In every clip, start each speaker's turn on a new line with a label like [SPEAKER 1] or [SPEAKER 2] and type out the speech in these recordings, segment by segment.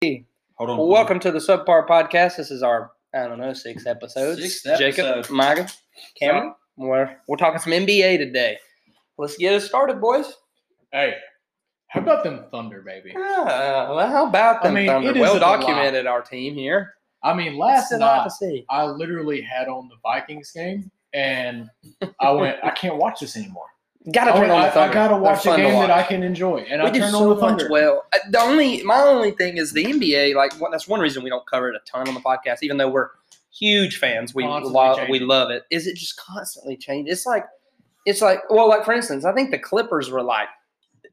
[SPEAKER 1] Hold on.
[SPEAKER 2] Well, welcome to the Subpar Podcast. This is our I don't know sixth episode.
[SPEAKER 1] Sixth
[SPEAKER 2] Jacob,
[SPEAKER 1] episode.
[SPEAKER 2] Micah, Cameron. We're we're talking some NBA today. Let's get it started, boys.
[SPEAKER 3] Hey, how about them Thunder, baby?
[SPEAKER 2] Ah, well, how about
[SPEAKER 3] I
[SPEAKER 2] them
[SPEAKER 3] mean,
[SPEAKER 2] Thunder?
[SPEAKER 3] it is
[SPEAKER 2] Well
[SPEAKER 3] a lot.
[SPEAKER 2] documented our team here.
[SPEAKER 3] I mean, last
[SPEAKER 2] It's a lot
[SPEAKER 3] night
[SPEAKER 2] to see.
[SPEAKER 3] I literally had on the Vikings game, and I went, I can't watch this anymore.
[SPEAKER 2] Gotta
[SPEAKER 3] I,
[SPEAKER 2] turn
[SPEAKER 3] went,
[SPEAKER 2] on the
[SPEAKER 3] I, I
[SPEAKER 2] Thunder.
[SPEAKER 3] gotta
[SPEAKER 2] They're
[SPEAKER 3] watch a
[SPEAKER 2] fun to
[SPEAKER 3] game that I
[SPEAKER 2] watch.
[SPEAKER 3] can enjoy, and
[SPEAKER 2] we
[SPEAKER 3] I
[SPEAKER 2] do
[SPEAKER 3] turn
[SPEAKER 2] so
[SPEAKER 3] on the
[SPEAKER 2] much
[SPEAKER 3] Thunder.
[SPEAKER 2] well. Uh, The only my only thing is the NBA. Like one, that's one reason we don't cover it a ton on the podcast, even though we're huge fans. We
[SPEAKER 3] Constantly
[SPEAKER 2] love we
[SPEAKER 3] changing.
[SPEAKER 2] love it. Is it just constantly changing? It's like it's like well, like for instance, I think the Clippers were like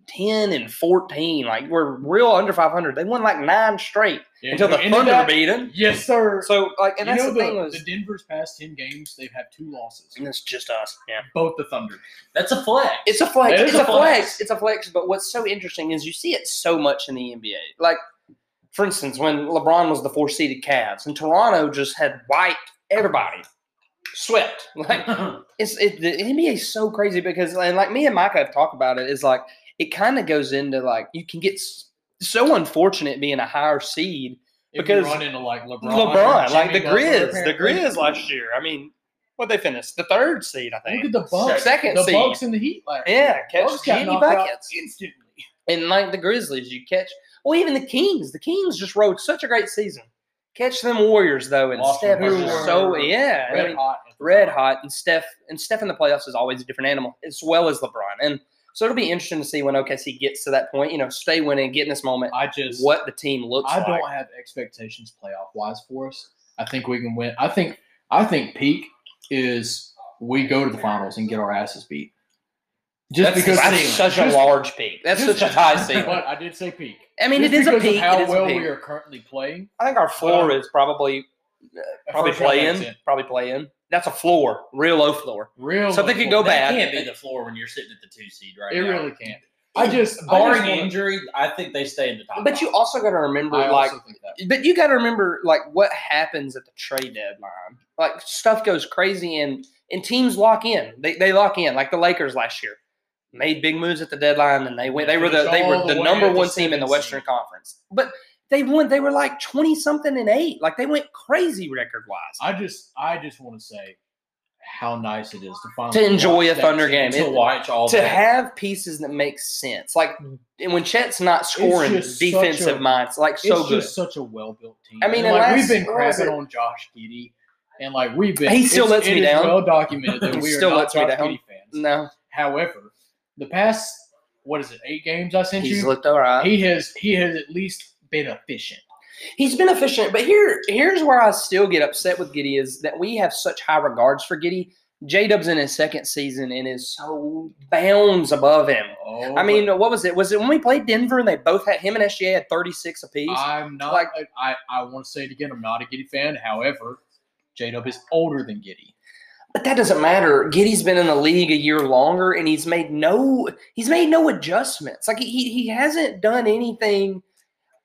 [SPEAKER 2] ten and fourteen, like we're real under five hundred. They won like nine straight
[SPEAKER 3] Yeah,
[SPEAKER 2] until the
[SPEAKER 3] you know,
[SPEAKER 2] Thunder
[SPEAKER 3] and that-
[SPEAKER 2] beat them.
[SPEAKER 3] Yes, sir.
[SPEAKER 2] So like, and
[SPEAKER 3] you
[SPEAKER 2] that's
[SPEAKER 3] know
[SPEAKER 2] the, thing was,
[SPEAKER 3] the Denver's past ten games, they've had two losses.
[SPEAKER 2] and it's just us. Yeah.
[SPEAKER 3] Both the Thunder.
[SPEAKER 1] That's a flex.
[SPEAKER 2] It's a flex.
[SPEAKER 3] It is
[SPEAKER 2] It's a
[SPEAKER 3] a
[SPEAKER 2] flex.
[SPEAKER 3] flex.
[SPEAKER 2] It's a flex. But what's so interesting is you see it so much in the NBA. Like, for instance, when LeBron was the four seeded Cavs and Toronto just had wiped everybody, swept. Like, it's it, the NBA is so crazy because, and like me and Micah have talked about it, is like it kind of goes into like you can get s- so unfortunate being a higher seed.
[SPEAKER 3] If
[SPEAKER 2] Because
[SPEAKER 3] you run into like LeBron,
[SPEAKER 2] LeBron, like the
[SPEAKER 3] Grizz,
[SPEAKER 2] Grizz, the Grizz last year. I mean, what they finished the third seed, I
[SPEAKER 3] Look
[SPEAKER 2] think.
[SPEAKER 3] at the Bucks,
[SPEAKER 2] Second
[SPEAKER 3] the
[SPEAKER 2] seed.
[SPEAKER 3] Bucks and the Heat last year.
[SPEAKER 2] Yeah, catch
[SPEAKER 3] Bucks got
[SPEAKER 2] Jimmy
[SPEAKER 3] knocked out
[SPEAKER 2] buckets.
[SPEAKER 3] instantly.
[SPEAKER 2] And like the Grizzlies, you catch well, even the Kings. The Kings just rode such a great season. Catch them Warriors though, and
[SPEAKER 1] Lost
[SPEAKER 2] Steph
[SPEAKER 1] them
[SPEAKER 2] was
[SPEAKER 1] by
[SPEAKER 2] just
[SPEAKER 1] one.
[SPEAKER 2] so yeah, I
[SPEAKER 3] Red
[SPEAKER 2] mean,
[SPEAKER 3] hot. at the
[SPEAKER 2] red
[SPEAKER 3] time.
[SPEAKER 2] hot. And Steph and Steph in the playoffs is always a different animal, as well as LeBron. And so it'll be interesting to see when OKC gets to that point. You know, stay winning, get in this moment,
[SPEAKER 3] I just
[SPEAKER 2] what the team looks
[SPEAKER 3] I
[SPEAKER 2] like.
[SPEAKER 3] don't have expectations playoff wise for us. I think we can win. I think I think peak is we go to the finals and get our asses beat. Just
[SPEAKER 1] That's
[SPEAKER 3] because
[SPEAKER 2] That's
[SPEAKER 1] ceiling.
[SPEAKER 2] such a
[SPEAKER 3] just-
[SPEAKER 2] large peak. That's
[SPEAKER 3] just-
[SPEAKER 2] such a high ceiling.
[SPEAKER 3] But I did say peak.
[SPEAKER 2] I mean,
[SPEAKER 3] Just
[SPEAKER 2] it is a
[SPEAKER 3] because of
[SPEAKER 2] peak.
[SPEAKER 3] how
[SPEAKER 2] It is
[SPEAKER 3] well
[SPEAKER 2] a peak.
[SPEAKER 3] we are currently playing.
[SPEAKER 2] I think our floor
[SPEAKER 3] Well,
[SPEAKER 2] is probably probably
[SPEAKER 3] First round
[SPEAKER 2] playing,
[SPEAKER 3] exit.
[SPEAKER 2] probably playing. That's a floor, real low floor.
[SPEAKER 3] Real.
[SPEAKER 2] So they
[SPEAKER 3] low
[SPEAKER 2] could go
[SPEAKER 3] floor.
[SPEAKER 2] back.
[SPEAKER 1] That can't be the floor when you're sitting at the two seed right
[SPEAKER 3] It
[SPEAKER 1] now.
[SPEAKER 3] really can't. I just
[SPEAKER 1] barring
[SPEAKER 3] I just want-
[SPEAKER 1] injury, I think they stay in the top.
[SPEAKER 2] But you
[SPEAKER 1] five.
[SPEAKER 2] also got to remember,
[SPEAKER 3] I
[SPEAKER 2] like,
[SPEAKER 3] also think that.
[SPEAKER 2] but you got to remember, like, what happens at the trade deadline. Like, stuff goes crazy, and and teams lock in. They they lock in, like the Lakers last year made big moves at the deadline, and they went. They were the they were
[SPEAKER 3] All
[SPEAKER 2] the
[SPEAKER 3] the way
[SPEAKER 2] number
[SPEAKER 3] to the
[SPEAKER 2] one team in the
[SPEAKER 3] seventh
[SPEAKER 2] Western
[SPEAKER 3] seed.
[SPEAKER 2] Conference, but. They won. They were like twenty something and eight. Like they went crazy record wise.
[SPEAKER 3] I just I just want to say how nice it is to finally
[SPEAKER 2] To enjoy
[SPEAKER 3] watch
[SPEAKER 2] a
[SPEAKER 3] that
[SPEAKER 2] Thunder
[SPEAKER 3] team.
[SPEAKER 2] game.
[SPEAKER 1] to
[SPEAKER 2] It-
[SPEAKER 1] watch all
[SPEAKER 2] To
[SPEAKER 1] that.
[SPEAKER 2] have pieces that make sense, like and when Chet's not scoring,
[SPEAKER 3] just such
[SPEAKER 2] defensive
[SPEAKER 3] a-
[SPEAKER 2] minds like
[SPEAKER 3] it's
[SPEAKER 2] so good.
[SPEAKER 3] just such a well built team.
[SPEAKER 2] I mean,
[SPEAKER 3] And, like
[SPEAKER 2] unless-
[SPEAKER 3] we've been
[SPEAKER 2] what was it?
[SPEAKER 3] crapping on Josh Giddy, and like we've been.
[SPEAKER 2] He still
[SPEAKER 3] it's-
[SPEAKER 2] lets
[SPEAKER 3] it
[SPEAKER 2] me
[SPEAKER 3] is
[SPEAKER 2] down.
[SPEAKER 3] Well documented
[SPEAKER 2] He
[SPEAKER 3] that we are
[SPEAKER 2] still
[SPEAKER 3] not
[SPEAKER 2] lets me
[SPEAKER 3] Josh
[SPEAKER 2] down.
[SPEAKER 3] Giddey fans.
[SPEAKER 2] no,
[SPEAKER 3] However, the past what is it? Eight games I sent
[SPEAKER 2] he's
[SPEAKER 3] you.
[SPEAKER 2] looked all right.
[SPEAKER 3] he has he has at least been efficient.
[SPEAKER 2] He's been efficient, but here here's where I still get upset with Giddy is that we have such high regards for Giddy. J Dub's in his second season and is so bounds above him.
[SPEAKER 3] Oh,
[SPEAKER 2] I mean, what was it? Was it when we played Denver and they both had him and SGA had 36 apiece?
[SPEAKER 3] I'm not.
[SPEAKER 2] like-
[SPEAKER 3] I I want to say it again. I'm not a Giddy fan. However, J Dub is older than Giddy.
[SPEAKER 2] but that doesn't matter. Giddy's been in the league a year longer and he's made no he's made no adjustments. Like he he hasn't done anything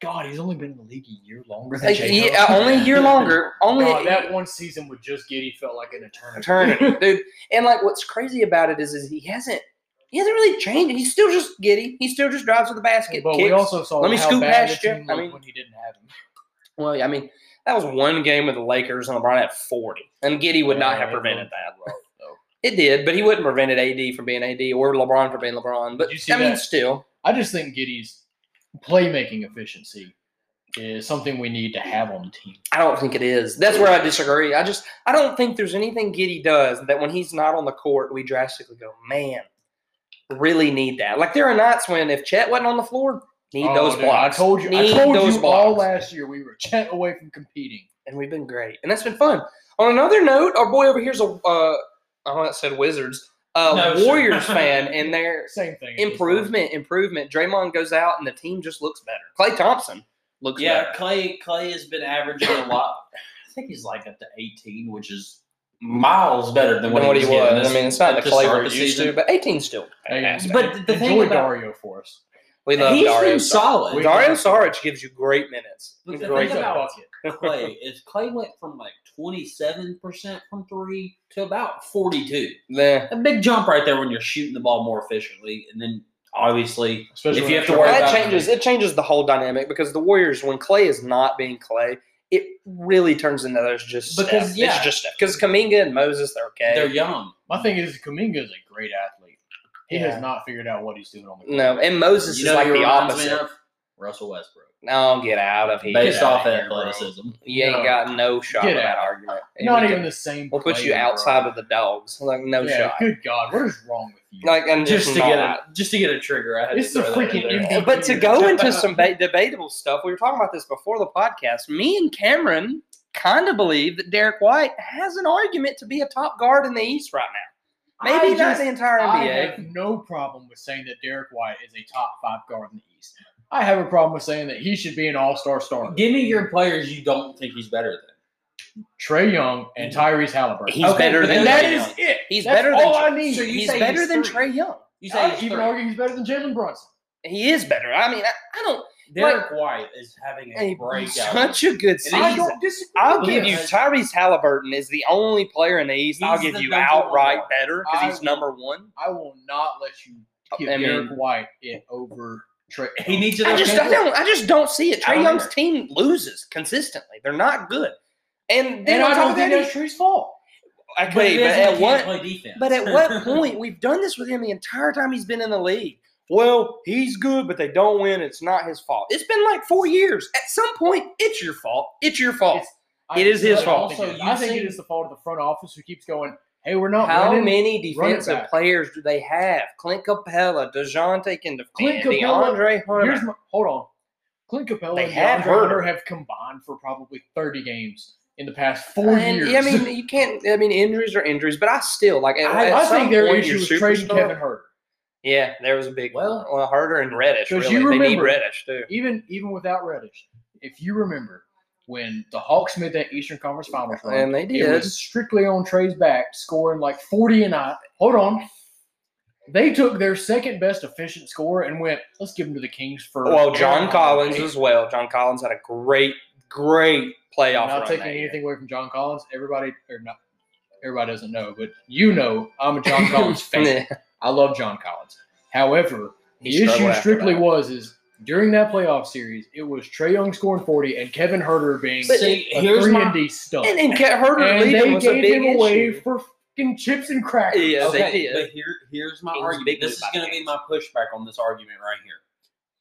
[SPEAKER 3] God, he's only been in the league a year longer than
[SPEAKER 2] like,
[SPEAKER 3] J Dub.
[SPEAKER 2] Uh, yeah, only a year longer. Only
[SPEAKER 3] God, that one season with just Giddy felt like an eternity.
[SPEAKER 2] eternity, dude. And like, what's crazy about it is, is he hasn't, he hasn't really changed. He's still just giddy. He still just drives to the basket.
[SPEAKER 3] But we
[SPEAKER 2] kicks.
[SPEAKER 3] also saw
[SPEAKER 2] Let me
[SPEAKER 3] how
[SPEAKER 2] scoot
[SPEAKER 3] bad
[SPEAKER 2] past
[SPEAKER 3] the
[SPEAKER 2] you.
[SPEAKER 3] team
[SPEAKER 2] I
[SPEAKER 3] looked
[SPEAKER 2] mean-
[SPEAKER 3] when he didn't have him.
[SPEAKER 2] well, yeah, I mean, that was one game with the Lakers, and LeBron had forty, and Giddy would not
[SPEAKER 3] Yeah,
[SPEAKER 2] have
[SPEAKER 3] it
[SPEAKER 2] prevented
[SPEAKER 3] was
[SPEAKER 2] that.
[SPEAKER 3] rough, though.
[SPEAKER 2] It did, but he wouldn't prevented AD from being AD or LeBron from being LeBron. But
[SPEAKER 3] Did you see
[SPEAKER 2] I mean,
[SPEAKER 3] that?
[SPEAKER 2] still,
[SPEAKER 3] I just think Giddy's playmaking efficiency is something we need to have on the team.
[SPEAKER 2] I don't think it is. That's where I disagree. I just, I don't think there's anything Giddy does that when he's not on the court, we drastically go, man, really need that. Like there are nights when if Chet wasn't on the floor, need
[SPEAKER 3] Oh,
[SPEAKER 2] those
[SPEAKER 3] dude,
[SPEAKER 2] blocks.
[SPEAKER 3] I told you.
[SPEAKER 2] Need
[SPEAKER 3] I told
[SPEAKER 2] those
[SPEAKER 3] you all
[SPEAKER 2] blocks.
[SPEAKER 3] last year we were chat away from competing.
[SPEAKER 2] and we've been great, and that's been fun. On another note, our boy over here's a uh, I almost said Wizards, uh,
[SPEAKER 1] No, sure.
[SPEAKER 2] Warriors fan, and their
[SPEAKER 3] Same thing.
[SPEAKER 2] improvement, improvement. Draymond goes out, and the team just looks better. Clay Thompson looks
[SPEAKER 1] yeah,
[SPEAKER 2] better.
[SPEAKER 1] Clay Clay has been averaging a lot. I think he's like up to 18, which is miles better than
[SPEAKER 2] Than
[SPEAKER 1] what,
[SPEAKER 2] what he
[SPEAKER 1] was. getting
[SPEAKER 2] was. I
[SPEAKER 1] this-
[SPEAKER 2] mean, it's not
[SPEAKER 1] at
[SPEAKER 2] the Clay
[SPEAKER 1] start
[SPEAKER 2] we're
[SPEAKER 1] of the
[SPEAKER 2] used to,
[SPEAKER 1] season.
[SPEAKER 2] but 18 still. fantastic.
[SPEAKER 3] But
[SPEAKER 1] But the
[SPEAKER 3] the
[SPEAKER 1] thing
[SPEAKER 3] enjoy
[SPEAKER 1] about-
[SPEAKER 3] Dario for us.
[SPEAKER 2] we love
[SPEAKER 1] he's
[SPEAKER 2] Dario.
[SPEAKER 1] been
[SPEAKER 2] Saric.
[SPEAKER 1] solid.
[SPEAKER 3] We-
[SPEAKER 2] Dario Saric gives you great minutes.
[SPEAKER 1] But the
[SPEAKER 2] Great
[SPEAKER 1] thing
[SPEAKER 2] minutes.
[SPEAKER 1] about Clay is Clay went from like 27 percent from three to about 42.
[SPEAKER 2] Nah.
[SPEAKER 1] A big jump right there when you're shooting the ball more efficiently, and then
[SPEAKER 4] obviously.
[SPEAKER 3] Especially
[SPEAKER 4] If
[SPEAKER 3] when
[SPEAKER 4] you
[SPEAKER 3] they
[SPEAKER 4] have to
[SPEAKER 3] try-
[SPEAKER 4] worry
[SPEAKER 2] Well, that
[SPEAKER 4] about-
[SPEAKER 2] changes. It changes the whole dynamic because the Warriors, when Clay is not being Clay, it really turns into there's just
[SPEAKER 4] Because,
[SPEAKER 2] Steph.
[SPEAKER 4] yeah.
[SPEAKER 2] it's just because Kaminga and Moses they're okay.
[SPEAKER 4] They're young.
[SPEAKER 3] My thing is, Kaminga is a great athlete. He
[SPEAKER 2] Yeah.
[SPEAKER 3] has not figured out what he's doing on the court.
[SPEAKER 2] no, and Moses
[SPEAKER 4] You
[SPEAKER 2] is
[SPEAKER 4] know
[SPEAKER 2] like
[SPEAKER 4] who
[SPEAKER 2] the
[SPEAKER 4] reminds me
[SPEAKER 2] opposite.
[SPEAKER 4] of? Russell Westbrook.
[SPEAKER 2] No, get out of here.
[SPEAKER 4] Based
[SPEAKER 3] Get out
[SPEAKER 4] off
[SPEAKER 3] of here, bro.
[SPEAKER 4] athleticism.
[SPEAKER 2] you ain't
[SPEAKER 3] No.
[SPEAKER 2] got no shot
[SPEAKER 3] Get
[SPEAKER 2] in that
[SPEAKER 3] out.
[SPEAKER 2] argument.
[SPEAKER 3] not
[SPEAKER 2] We
[SPEAKER 3] even
[SPEAKER 2] can-
[SPEAKER 3] the same.
[SPEAKER 2] We'll put
[SPEAKER 3] player,
[SPEAKER 2] you
[SPEAKER 3] bro.
[SPEAKER 2] outside of the dogs. Like no
[SPEAKER 3] yeah,
[SPEAKER 2] shot.
[SPEAKER 3] Good God, what is wrong with you?
[SPEAKER 2] Like and
[SPEAKER 4] Just
[SPEAKER 2] just,
[SPEAKER 4] to get a
[SPEAKER 2] not.
[SPEAKER 4] just to get a trigger. I had
[SPEAKER 3] It's
[SPEAKER 4] to
[SPEAKER 3] the
[SPEAKER 4] throw that in
[SPEAKER 3] freaking
[SPEAKER 4] there.
[SPEAKER 3] NBA. it-
[SPEAKER 2] But to go into some ba- debatable stuff, we were talking about this before the podcast. Me and Cameron kind of believe that Derek White has an argument to be a top guard in the East right now. Maybe
[SPEAKER 3] I
[SPEAKER 2] not
[SPEAKER 3] just-
[SPEAKER 2] the entire
[SPEAKER 3] I
[SPEAKER 2] NBA.
[SPEAKER 3] have no problem with saying that Derek White is a top five guard in the East. I have a problem with saying that he should be an All Star starter.
[SPEAKER 4] Give me your players you don't think he's better than.
[SPEAKER 3] Trey Young and Tyrese Halliburton.
[SPEAKER 2] He's better
[SPEAKER 4] but
[SPEAKER 2] than
[SPEAKER 4] then
[SPEAKER 3] and that
[SPEAKER 2] Trey
[SPEAKER 4] Trey
[SPEAKER 3] is
[SPEAKER 2] Young.
[SPEAKER 3] it.
[SPEAKER 2] He's
[SPEAKER 3] That's
[SPEAKER 2] better than
[SPEAKER 3] all
[SPEAKER 2] Trey-
[SPEAKER 3] I need.
[SPEAKER 4] So you
[SPEAKER 2] he's
[SPEAKER 4] say
[SPEAKER 2] better
[SPEAKER 4] he's
[SPEAKER 2] than
[SPEAKER 4] three.
[SPEAKER 2] Trey Young.
[SPEAKER 4] You
[SPEAKER 3] I
[SPEAKER 4] say he's
[SPEAKER 3] even
[SPEAKER 4] three.
[SPEAKER 3] argue he's better than Jalen Brunson.
[SPEAKER 2] He is better. I mean, I, I don't.
[SPEAKER 4] Derek White is having a
[SPEAKER 2] Hey,
[SPEAKER 4] breakout.
[SPEAKER 2] such a good
[SPEAKER 4] And
[SPEAKER 3] I
[SPEAKER 2] season.
[SPEAKER 4] he's-
[SPEAKER 3] don't disagree.
[SPEAKER 2] I'll
[SPEAKER 3] with
[SPEAKER 2] give
[SPEAKER 3] this.
[SPEAKER 2] you Tyrese Halliburton is the only player in the East. I'll
[SPEAKER 4] He's
[SPEAKER 2] give
[SPEAKER 4] the
[SPEAKER 2] you
[SPEAKER 4] number
[SPEAKER 2] outright
[SPEAKER 4] one.
[SPEAKER 2] better because
[SPEAKER 3] I
[SPEAKER 2] he's
[SPEAKER 3] will-
[SPEAKER 2] number one.
[SPEAKER 3] I will not let you give
[SPEAKER 2] I mean-
[SPEAKER 3] Derek White it over Trey.
[SPEAKER 4] He needs it.
[SPEAKER 2] I just I don't I just don't see it. Trey
[SPEAKER 4] I don't
[SPEAKER 2] Young's
[SPEAKER 4] either.
[SPEAKER 2] team loses consistently. They're not good. And then
[SPEAKER 3] and
[SPEAKER 2] on
[SPEAKER 3] I
[SPEAKER 2] top
[SPEAKER 3] don't
[SPEAKER 2] of
[SPEAKER 3] think
[SPEAKER 2] that,
[SPEAKER 3] that's Trey's fault.
[SPEAKER 2] he-
[SPEAKER 4] But
[SPEAKER 2] okay,
[SPEAKER 4] it
[SPEAKER 2] but
[SPEAKER 4] is, he
[SPEAKER 2] at
[SPEAKER 4] can't
[SPEAKER 2] what
[SPEAKER 4] play defense.
[SPEAKER 2] but at what point we've done this with him the entire time he's been in the league. Well, he's good, but they don't win. It's not his fault. It's been like four years. At some point, it's your fault. It's your fault.
[SPEAKER 3] It's- I
[SPEAKER 2] It is his
[SPEAKER 3] I don't
[SPEAKER 4] fault.
[SPEAKER 3] think it is.
[SPEAKER 4] Also,
[SPEAKER 3] I
[SPEAKER 4] you
[SPEAKER 3] think
[SPEAKER 4] see-
[SPEAKER 3] it is the fault of the front office who keeps going, "Hey, we're not
[SPEAKER 2] How
[SPEAKER 3] winning."
[SPEAKER 2] many
[SPEAKER 3] run it
[SPEAKER 2] defensive
[SPEAKER 3] back.
[SPEAKER 2] players do they have? Clint Capella, Dejounte can defend.
[SPEAKER 3] Clint Capella-
[SPEAKER 2] DeAndre
[SPEAKER 3] Here's
[SPEAKER 2] Hunter.
[SPEAKER 3] my, hold on. Clint Capella
[SPEAKER 2] They
[SPEAKER 3] and
[SPEAKER 2] had
[SPEAKER 3] DeAndre
[SPEAKER 2] Herter.
[SPEAKER 3] Hunter have combined for probably 30 games in the past four
[SPEAKER 2] And,
[SPEAKER 3] years.
[SPEAKER 2] yeah, I mean, you can't. I mean, injuries are injuries, but I still like. At,
[SPEAKER 3] I,
[SPEAKER 2] at
[SPEAKER 3] I
[SPEAKER 2] some
[SPEAKER 3] think their
[SPEAKER 2] point,
[SPEAKER 3] issue
[SPEAKER 2] your
[SPEAKER 3] was trading
[SPEAKER 2] superstar-
[SPEAKER 3] Kevin Herter.
[SPEAKER 2] Yeah, there was a big
[SPEAKER 4] Well-
[SPEAKER 2] well Herter and Reddish.
[SPEAKER 3] 'Cause
[SPEAKER 2] Really,
[SPEAKER 3] you
[SPEAKER 2] they need
[SPEAKER 3] remember-
[SPEAKER 2] Reddish too.
[SPEAKER 3] Even even without Reddish, if you remember when the Hawks made that Eastern Conference Finals run,
[SPEAKER 2] And they
[SPEAKER 3] it
[SPEAKER 2] did.
[SPEAKER 3] was strictly on Trey's back, scoring like 40 a night. Hold on. They took their second best efficient score and went, let's give them to the Kings for.
[SPEAKER 2] Well, John
[SPEAKER 3] Aaron
[SPEAKER 2] Collins
[SPEAKER 3] Holiday.
[SPEAKER 2] as well. John Collins had a great, great playoff
[SPEAKER 3] not
[SPEAKER 2] run
[SPEAKER 3] taking
[SPEAKER 2] that year.
[SPEAKER 3] anything away from John Collins. Everybody or not, everybody doesn't know, but you know, I'm a John Collins fan.
[SPEAKER 2] Yeah,
[SPEAKER 3] I love John Collins. However,
[SPEAKER 2] he
[SPEAKER 3] the
[SPEAKER 2] struggled
[SPEAKER 3] issue
[SPEAKER 2] after
[SPEAKER 3] strictly
[SPEAKER 2] that.
[SPEAKER 3] was is during that playoff series, it was Trey Young scoring 40 and Kevin Herter being
[SPEAKER 2] But-
[SPEAKER 4] See,
[SPEAKER 3] a
[SPEAKER 4] here's
[SPEAKER 3] three
[SPEAKER 4] my
[SPEAKER 3] and D stud,
[SPEAKER 2] and,
[SPEAKER 3] and,
[SPEAKER 2] and Ke- Herter leading
[SPEAKER 3] they
[SPEAKER 2] was a
[SPEAKER 3] gave
[SPEAKER 2] big
[SPEAKER 3] him away
[SPEAKER 2] issue.
[SPEAKER 3] for fucking chips and crackers.
[SPEAKER 2] Yeah, they
[SPEAKER 4] okay,
[SPEAKER 2] did.
[SPEAKER 4] but here, here's my
[SPEAKER 2] Kings
[SPEAKER 4] argument.
[SPEAKER 2] big
[SPEAKER 4] This
[SPEAKER 2] move
[SPEAKER 4] is
[SPEAKER 2] by the
[SPEAKER 4] going to be
[SPEAKER 2] Kings.
[SPEAKER 4] my pushback on this argument right here.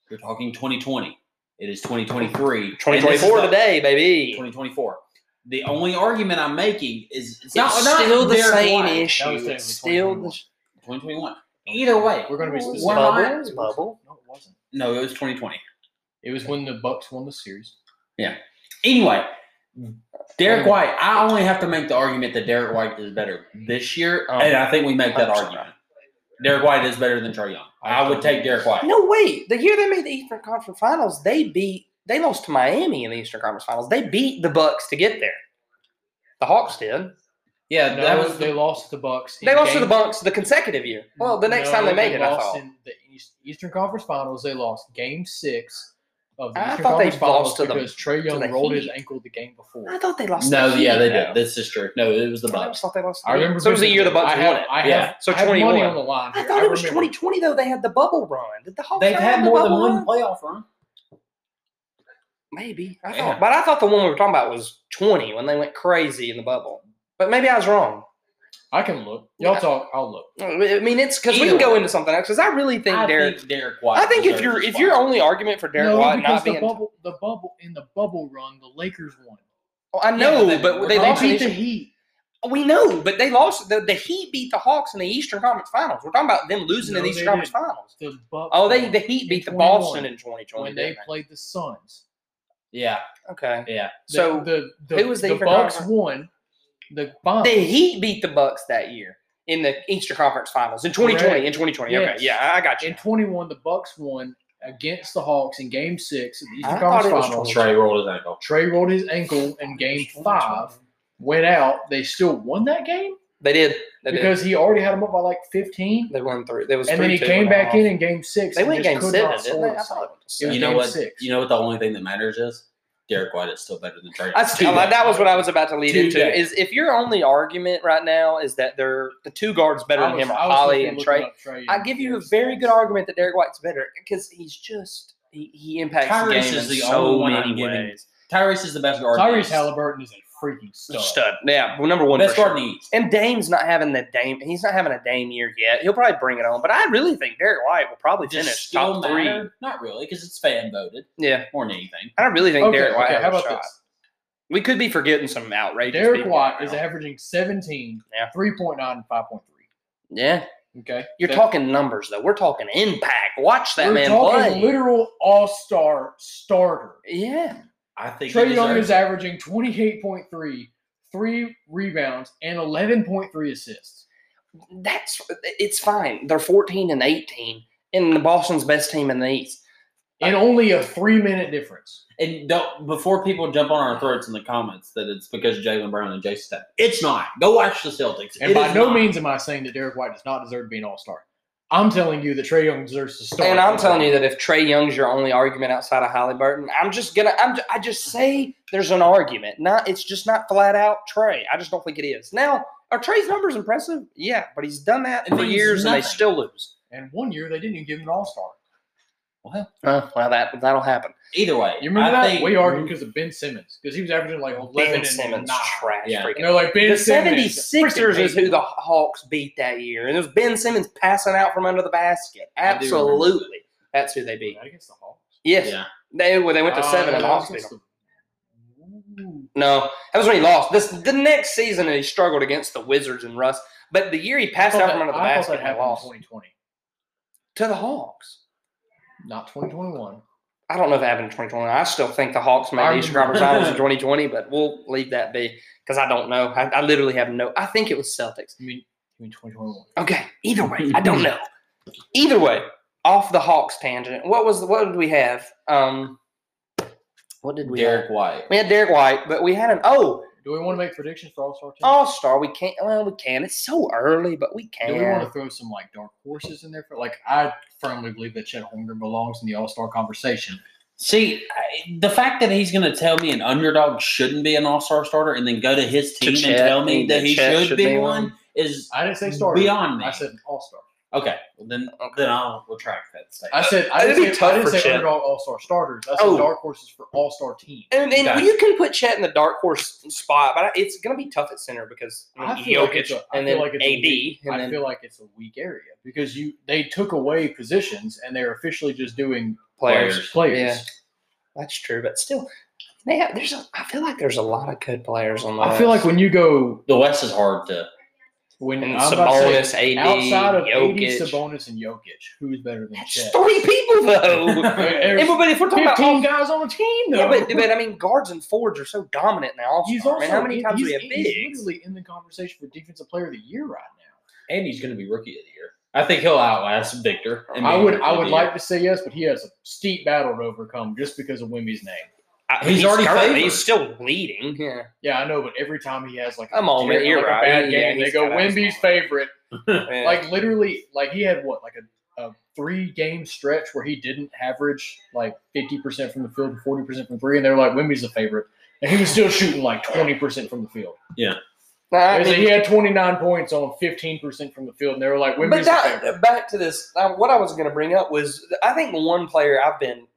[SPEAKER 4] You're talking 2020. It is 2023. and this is
[SPEAKER 2] 2024
[SPEAKER 4] the-
[SPEAKER 2] today, baby.
[SPEAKER 4] 2024. The only argument I'm making is it's,
[SPEAKER 2] It's
[SPEAKER 4] not, not
[SPEAKER 2] still the
[SPEAKER 4] Derek
[SPEAKER 2] same
[SPEAKER 4] White.
[SPEAKER 3] That
[SPEAKER 2] issue.
[SPEAKER 3] was
[SPEAKER 2] It's still
[SPEAKER 3] technically
[SPEAKER 2] the
[SPEAKER 4] 2021. Either way,
[SPEAKER 3] We're going to be specific.
[SPEAKER 4] Why
[SPEAKER 2] bubble.
[SPEAKER 4] not?
[SPEAKER 2] It was bubble.
[SPEAKER 3] No, it wasn't.
[SPEAKER 4] no, it was 2020.
[SPEAKER 3] It was when the Bucks won the series.
[SPEAKER 4] Anyway, Derek White, I only have to make the argument that Derek White is better this year,
[SPEAKER 2] Oh.
[SPEAKER 4] and I think we make that
[SPEAKER 2] 100%.
[SPEAKER 4] argument. Derek White is better than Trey Young. I would take Derek White.
[SPEAKER 2] No way. The year they made the Eastern Conference Finals, they beat they lost to Miami in the Eastern Conference Finals. They beat the Bucks to get there. The Hawks did.
[SPEAKER 4] Yeah,
[SPEAKER 3] No,
[SPEAKER 4] that was
[SPEAKER 3] they lost to the Bucks. in
[SPEAKER 2] They lost to
[SPEAKER 3] game
[SPEAKER 2] the Bucks the consecutive year. Well, the next
[SPEAKER 3] No,
[SPEAKER 2] time they made it, I
[SPEAKER 3] lost
[SPEAKER 2] thought.
[SPEAKER 3] in the East- Eastern Conference Finals, they lost Game Six of the
[SPEAKER 2] I
[SPEAKER 3] Eastern
[SPEAKER 2] thought they
[SPEAKER 3] Conference Finals
[SPEAKER 2] lost to the-
[SPEAKER 3] because Trey Young
[SPEAKER 2] the
[SPEAKER 3] rolled his
[SPEAKER 2] Heat.
[SPEAKER 3] ankle the game before.
[SPEAKER 2] I thought they lost.
[SPEAKER 4] no,
[SPEAKER 2] to
[SPEAKER 4] yeah, they
[SPEAKER 3] Yeah.
[SPEAKER 4] did. This is true. No, it was the
[SPEAKER 2] I
[SPEAKER 4] Bucks.
[SPEAKER 2] just thought they lost. to
[SPEAKER 3] I
[SPEAKER 2] the-
[SPEAKER 3] remember.
[SPEAKER 2] So it was the year the Bucks
[SPEAKER 3] I have,
[SPEAKER 2] won it.
[SPEAKER 3] I have,
[SPEAKER 4] Yeah.
[SPEAKER 2] So
[SPEAKER 3] I have money
[SPEAKER 2] 21.
[SPEAKER 3] on the line.
[SPEAKER 2] I
[SPEAKER 3] Here.
[SPEAKER 2] thought it was
[SPEAKER 3] remember.
[SPEAKER 2] 2020 though. They had the bubble run. Did the Hawks?
[SPEAKER 4] They've
[SPEAKER 2] not
[SPEAKER 4] had
[SPEAKER 2] have the
[SPEAKER 4] more than
[SPEAKER 2] bubble
[SPEAKER 4] one
[SPEAKER 2] run?
[SPEAKER 4] playoff run.
[SPEAKER 2] Maybe I thought,
[SPEAKER 4] Yeah.
[SPEAKER 2] but I thought the one we were talking about was 20 when they went crazy in the bubble. But maybe I was wrong.
[SPEAKER 3] I can look. Y'all
[SPEAKER 2] Yeah.
[SPEAKER 3] talk. I'll look.
[SPEAKER 2] I mean, it's because we
[SPEAKER 4] Either
[SPEAKER 2] can go
[SPEAKER 4] way.
[SPEAKER 2] into something else. Because I really think Derek.
[SPEAKER 4] think Derek White.
[SPEAKER 2] I think if
[SPEAKER 4] deserves
[SPEAKER 2] your
[SPEAKER 4] the
[SPEAKER 2] if
[SPEAKER 4] spot.
[SPEAKER 2] your only argument for Derek
[SPEAKER 3] no,
[SPEAKER 2] White
[SPEAKER 3] because
[SPEAKER 2] not
[SPEAKER 3] the
[SPEAKER 2] being,
[SPEAKER 3] bubble, the bubble in the bubble run, the Lakers won.
[SPEAKER 2] Oh, I know,
[SPEAKER 4] Yeah,
[SPEAKER 2] but
[SPEAKER 4] but
[SPEAKER 2] they
[SPEAKER 4] they
[SPEAKER 2] lost.
[SPEAKER 3] beat the
[SPEAKER 2] in-
[SPEAKER 3] Heat.
[SPEAKER 2] we know, but they lost. The, the Heat beat the Hawks in the Eastern Conference Finals. We're talking about them losing in
[SPEAKER 3] No,
[SPEAKER 2] the
[SPEAKER 3] they
[SPEAKER 2] Eastern Conference
[SPEAKER 3] didn't.
[SPEAKER 2] Finals.
[SPEAKER 3] The Bucks.
[SPEAKER 2] Oh, they
[SPEAKER 3] won
[SPEAKER 2] the Heat
[SPEAKER 3] in
[SPEAKER 2] beat the
[SPEAKER 3] 21
[SPEAKER 2] Boston in 2020.
[SPEAKER 3] when they
[SPEAKER 2] didn't
[SPEAKER 3] played the Suns.
[SPEAKER 4] yeah,
[SPEAKER 2] okay,
[SPEAKER 4] yeah,
[SPEAKER 3] The-
[SPEAKER 2] so
[SPEAKER 3] the, the,
[SPEAKER 2] who was the
[SPEAKER 3] the
[SPEAKER 2] Eastern
[SPEAKER 3] Bucks
[SPEAKER 2] Conference?
[SPEAKER 3] won. The Bucks.
[SPEAKER 2] the Heat beat the Bucks that year in the Eastern Conference Finals in 2020. In 2020, okay,
[SPEAKER 3] Yes.
[SPEAKER 2] yeah, I got you.
[SPEAKER 3] In 21, the Bucks won against the Hawks in Game Six of the Eastern
[SPEAKER 2] I thought it
[SPEAKER 3] Conference
[SPEAKER 2] was
[SPEAKER 3] Finals.
[SPEAKER 4] Trey rolled his ankle.
[SPEAKER 3] Trey rolled his ankle in Game Five, went out. They still won that game
[SPEAKER 2] They did. They did.
[SPEAKER 3] because he already had him up by like 15,
[SPEAKER 2] They won three. There was
[SPEAKER 3] and then he
[SPEAKER 2] 3-2
[SPEAKER 3] came
[SPEAKER 2] when they
[SPEAKER 3] back in in Game Six.
[SPEAKER 2] They
[SPEAKER 3] and
[SPEAKER 2] went
[SPEAKER 3] just
[SPEAKER 2] game
[SPEAKER 3] could
[SPEAKER 2] seven,
[SPEAKER 3] not
[SPEAKER 2] didn't
[SPEAKER 3] score
[SPEAKER 2] they? I
[SPEAKER 3] the
[SPEAKER 2] thought it
[SPEAKER 3] It was
[SPEAKER 4] You
[SPEAKER 2] was
[SPEAKER 4] know
[SPEAKER 3] game
[SPEAKER 4] what?
[SPEAKER 3] six.
[SPEAKER 4] You know what? The only thing that matters is Derek White is still better than Trey.
[SPEAKER 2] That's, that was what I was about to lead
[SPEAKER 4] Two
[SPEAKER 2] into.
[SPEAKER 4] that.
[SPEAKER 2] Is if your only argument right now is that they're the two guards better
[SPEAKER 3] I
[SPEAKER 2] than
[SPEAKER 3] was-
[SPEAKER 2] him are
[SPEAKER 3] I was
[SPEAKER 2] Holly
[SPEAKER 3] looking-
[SPEAKER 2] and
[SPEAKER 3] looking
[SPEAKER 2] Trey.
[SPEAKER 3] up Trey
[SPEAKER 2] I
[SPEAKER 3] and
[SPEAKER 2] give you a
[SPEAKER 3] Derek
[SPEAKER 2] very
[SPEAKER 3] stats.
[SPEAKER 2] good argument that Derek White's better because he's just he, he impacts the
[SPEAKER 4] Tyrese
[SPEAKER 2] game
[SPEAKER 4] is
[SPEAKER 2] in
[SPEAKER 4] the
[SPEAKER 2] so
[SPEAKER 4] only one I'm
[SPEAKER 2] many
[SPEAKER 4] giving
[SPEAKER 2] ways.
[SPEAKER 4] Tyrese is the best guard. in the
[SPEAKER 3] Tyrese
[SPEAKER 4] East.
[SPEAKER 3] Halliburton is a freaking stud.
[SPEAKER 2] Stud, yeah, well, number one.
[SPEAKER 4] Best
[SPEAKER 2] for sure.
[SPEAKER 4] guard in the East.
[SPEAKER 2] And Dame's not having the Dame. He's not having a Dame year yet. He'll probably bring it on. But I really think Derek White will probably
[SPEAKER 4] Does
[SPEAKER 2] finish
[SPEAKER 4] skill
[SPEAKER 2] top three.
[SPEAKER 4] matter? Not really, because it's fan voted
[SPEAKER 2] Yeah,
[SPEAKER 4] more than anything.
[SPEAKER 2] I really think
[SPEAKER 3] Okay,
[SPEAKER 2] Derek White.
[SPEAKER 3] okay,
[SPEAKER 2] has
[SPEAKER 3] how
[SPEAKER 2] a
[SPEAKER 3] about
[SPEAKER 2] shot.
[SPEAKER 3] this?
[SPEAKER 2] We could be forgetting some outrageous.
[SPEAKER 3] Derek
[SPEAKER 2] people
[SPEAKER 3] White
[SPEAKER 2] right
[SPEAKER 3] is
[SPEAKER 2] now.
[SPEAKER 3] averaging 17,
[SPEAKER 2] Yeah.
[SPEAKER 3] 3.9, and 5.3.
[SPEAKER 2] yeah.
[SPEAKER 3] Okay.
[SPEAKER 2] You're
[SPEAKER 3] That-
[SPEAKER 2] talking numbers though. We're talking impact. Watch that
[SPEAKER 3] we're
[SPEAKER 2] man
[SPEAKER 3] talking
[SPEAKER 2] play.
[SPEAKER 3] literal all star starter.
[SPEAKER 2] yeah,
[SPEAKER 4] I think
[SPEAKER 3] Trey
[SPEAKER 4] he
[SPEAKER 3] Young
[SPEAKER 4] deserves
[SPEAKER 3] is
[SPEAKER 4] it.
[SPEAKER 3] averaging 28.3, three rebounds, and 11.3 assists.
[SPEAKER 2] that's it's fine. They're 14 and 18, and the Boston's best team in the East.
[SPEAKER 3] And only a three minute difference.
[SPEAKER 4] And don't, before people jump on our throats in the comments that it's because Jalen Brown and Jason Tatum, it's not. Go watch the Celtics.
[SPEAKER 3] And
[SPEAKER 4] It
[SPEAKER 3] by
[SPEAKER 4] is
[SPEAKER 3] no
[SPEAKER 4] not.
[SPEAKER 3] means am I saying that Derek White does not deserve to be an all star. I'm telling you that Trey Young deserves to start.
[SPEAKER 2] And I'm telling you that if Trey Young's your only argument outside of Halliburton, I'm just gonna I'm ju- I just say there's an argument. Not it's just not flat out Trey. I just don't think it is. Now, are Trey's numbers impressive? Yeah, but he's done that
[SPEAKER 4] It
[SPEAKER 2] for
[SPEAKER 4] means
[SPEAKER 2] years and they
[SPEAKER 4] nothing.
[SPEAKER 2] still lose.
[SPEAKER 3] And one year they didn't even give him an all star.
[SPEAKER 4] Well,
[SPEAKER 2] Oh, well, that that'll happen.
[SPEAKER 4] either way,
[SPEAKER 3] You remember
[SPEAKER 4] I
[SPEAKER 3] that?
[SPEAKER 4] Think,
[SPEAKER 3] we argued because of Ben Simmons because he was averaging like 11
[SPEAKER 2] Ben
[SPEAKER 3] and
[SPEAKER 2] Simmons
[SPEAKER 3] nine.
[SPEAKER 2] trash.
[SPEAKER 4] Yeah.
[SPEAKER 2] freaking
[SPEAKER 3] And they're like Ben
[SPEAKER 2] the
[SPEAKER 3] Simmons.
[SPEAKER 2] 76ers
[SPEAKER 3] freaking
[SPEAKER 2] is who the Hawks beat that year. And it was Ben Simmons passing out from under the basket.
[SPEAKER 4] I do remember
[SPEAKER 2] Absolutely. That's who they beat.
[SPEAKER 3] I guess the Hawks.
[SPEAKER 2] Yes.
[SPEAKER 4] Yeah.
[SPEAKER 2] They, well, they went to
[SPEAKER 3] Uh,
[SPEAKER 2] seven and the
[SPEAKER 3] no,
[SPEAKER 2] Hawks beat
[SPEAKER 3] it's
[SPEAKER 2] them.
[SPEAKER 3] the- Ooh.
[SPEAKER 2] No, that was when he lost. This The next season, he struggled against the Wizards and Russ. But the year he passed
[SPEAKER 3] I
[SPEAKER 2] out
[SPEAKER 3] thought
[SPEAKER 2] from under
[SPEAKER 3] that-
[SPEAKER 2] the
[SPEAKER 3] I thought
[SPEAKER 2] basket,
[SPEAKER 3] that
[SPEAKER 2] and they
[SPEAKER 3] happened in
[SPEAKER 2] lost
[SPEAKER 3] 2020,
[SPEAKER 2] to the Hawks.
[SPEAKER 3] not 2021.
[SPEAKER 2] I don't know if it happened in 2020. I still think the Hawks made
[SPEAKER 3] I
[SPEAKER 2] the Eastern
[SPEAKER 3] remember.
[SPEAKER 2] Conference Finals in 2020, but we'll leave that be because I don't know. I, I literally have no. I think it was Celtics.
[SPEAKER 3] You mean you mean 2021?
[SPEAKER 2] Okay. Either way, I don't know. Either way, off the Hawks tangent. What was what did we have? Um, what did we have?
[SPEAKER 4] Derek White.
[SPEAKER 2] We had Derek White, but we had an oh
[SPEAKER 3] Do we want to make predictions for All Star team?
[SPEAKER 2] All Star. We can't. Well, we can. It's so early, but we
[SPEAKER 3] Do we want
[SPEAKER 2] can.
[SPEAKER 3] to throw some like dark horses in there? For like, I firmly believe that Chet Holmgren belongs in the All Star conversation.
[SPEAKER 4] See, I, the fact that he's going to tell me an underdog shouldn't be an all star starter and then go to his
[SPEAKER 2] To
[SPEAKER 4] team and
[SPEAKER 2] Chet,
[SPEAKER 4] tell me
[SPEAKER 2] and
[SPEAKER 4] that he
[SPEAKER 2] Chet
[SPEAKER 4] should,
[SPEAKER 2] should
[SPEAKER 4] be,
[SPEAKER 2] be
[SPEAKER 4] one,
[SPEAKER 2] one.
[SPEAKER 4] is
[SPEAKER 3] I didn't say starter.
[SPEAKER 4] beyond me.
[SPEAKER 3] I said All Star.
[SPEAKER 4] okay, well then, then I'll retract that
[SPEAKER 3] I
[SPEAKER 4] statement.
[SPEAKER 3] said I
[SPEAKER 2] It'd
[SPEAKER 3] didn't
[SPEAKER 2] be
[SPEAKER 3] say,
[SPEAKER 2] tough
[SPEAKER 3] I didn't
[SPEAKER 2] for
[SPEAKER 3] say
[SPEAKER 2] Chet.
[SPEAKER 3] underdog All Star starters. I said
[SPEAKER 2] Oh.
[SPEAKER 3] dark horses for All Star team.
[SPEAKER 2] And, and
[SPEAKER 4] Gotcha.
[SPEAKER 2] you can put Chet in the dark horse spot, but it's going to be tough at center because I
[SPEAKER 3] I
[SPEAKER 2] mean,
[SPEAKER 3] feel like
[SPEAKER 2] Jokic
[SPEAKER 3] it's a- I
[SPEAKER 2] and
[SPEAKER 3] feel
[SPEAKER 2] then
[SPEAKER 3] like it's a weak-
[SPEAKER 2] AD,
[SPEAKER 3] I
[SPEAKER 2] and then
[SPEAKER 3] feel like it's a weak area because you they took away positions and they're officially just doing
[SPEAKER 2] players.
[SPEAKER 4] Players.
[SPEAKER 3] players.
[SPEAKER 2] Yeah. That's true, but still, they have, there's a. I feel like there's a lot of good players on the.
[SPEAKER 3] I feel like
[SPEAKER 2] West.
[SPEAKER 3] when you go
[SPEAKER 4] The West is hard to.
[SPEAKER 3] when
[SPEAKER 2] and
[SPEAKER 3] I'm about to say-
[SPEAKER 2] Sabonis, AD,
[SPEAKER 3] outside of
[SPEAKER 2] Jokic.
[SPEAKER 3] AD Sabonis and Jokic, who's better than
[SPEAKER 2] That's
[SPEAKER 3] Chet?
[SPEAKER 2] three people though.
[SPEAKER 3] There's
[SPEAKER 2] Yeah, but if we're talking about
[SPEAKER 3] Fifteen
[SPEAKER 2] all,
[SPEAKER 3] guys on the team,
[SPEAKER 2] yeah,
[SPEAKER 3] though.
[SPEAKER 2] but, but I mean, guards and forwards are so dominant now.
[SPEAKER 3] he's
[SPEAKER 2] all
[SPEAKER 3] also
[SPEAKER 2] man. How many times do
[SPEAKER 3] he's,
[SPEAKER 2] we have
[SPEAKER 3] he's
[SPEAKER 2] bigs?
[SPEAKER 3] literally in the conversation for defensive player of the year right now.
[SPEAKER 4] And he's going to be rookie of the year. I think he'll outlast Victor. and
[SPEAKER 3] I
[SPEAKER 4] be
[SPEAKER 3] would
[SPEAKER 4] rookie
[SPEAKER 3] I
[SPEAKER 4] of
[SPEAKER 3] would
[SPEAKER 4] the
[SPEAKER 3] like to say yes, but he has a steep battle to overcome just because of Wimby's name.
[SPEAKER 2] I-
[SPEAKER 4] Uh, He's already
[SPEAKER 2] currently-
[SPEAKER 4] favored.
[SPEAKER 2] He's still leading. Yeah.
[SPEAKER 3] Yeah, I know, but every time he has like a,
[SPEAKER 2] Come on, man,
[SPEAKER 3] like
[SPEAKER 2] you're
[SPEAKER 3] a
[SPEAKER 2] right.
[SPEAKER 3] bad
[SPEAKER 2] Yeah,
[SPEAKER 3] game,
[SPEAKER 2] he's
[SPEAKER 3] they go
[SPEAKER 2] gotta have
[SPEAKER 3] Wimby's
[SPEAKER 2] some-
[SPEAKER 3] favorite.
[SPEAKER 2] Yeah.
[SPEAKER 3] Like literally, like he had what like a, a three game stretch where he didn't average like fifty percent from the field and forty percent from three, and they were like Wimby's the favorite, and he was still shooting like twenty percent from the field.
[SPEAKER 2] Nah, I
[SPEAKER 3] They said
[SPEAKER 2] mean-
[SPEAKER 3] he had twenty nine points on fifteen percent from the field, and they were like
[SPEAKER 2] but
[SPEAKER 3] Wimby's the
[SPEAKER 2] that-
[SPEAKER 3] favorite.
[SPEAKER 2] back to this, uh, what I was going to bring up was I think one player I've been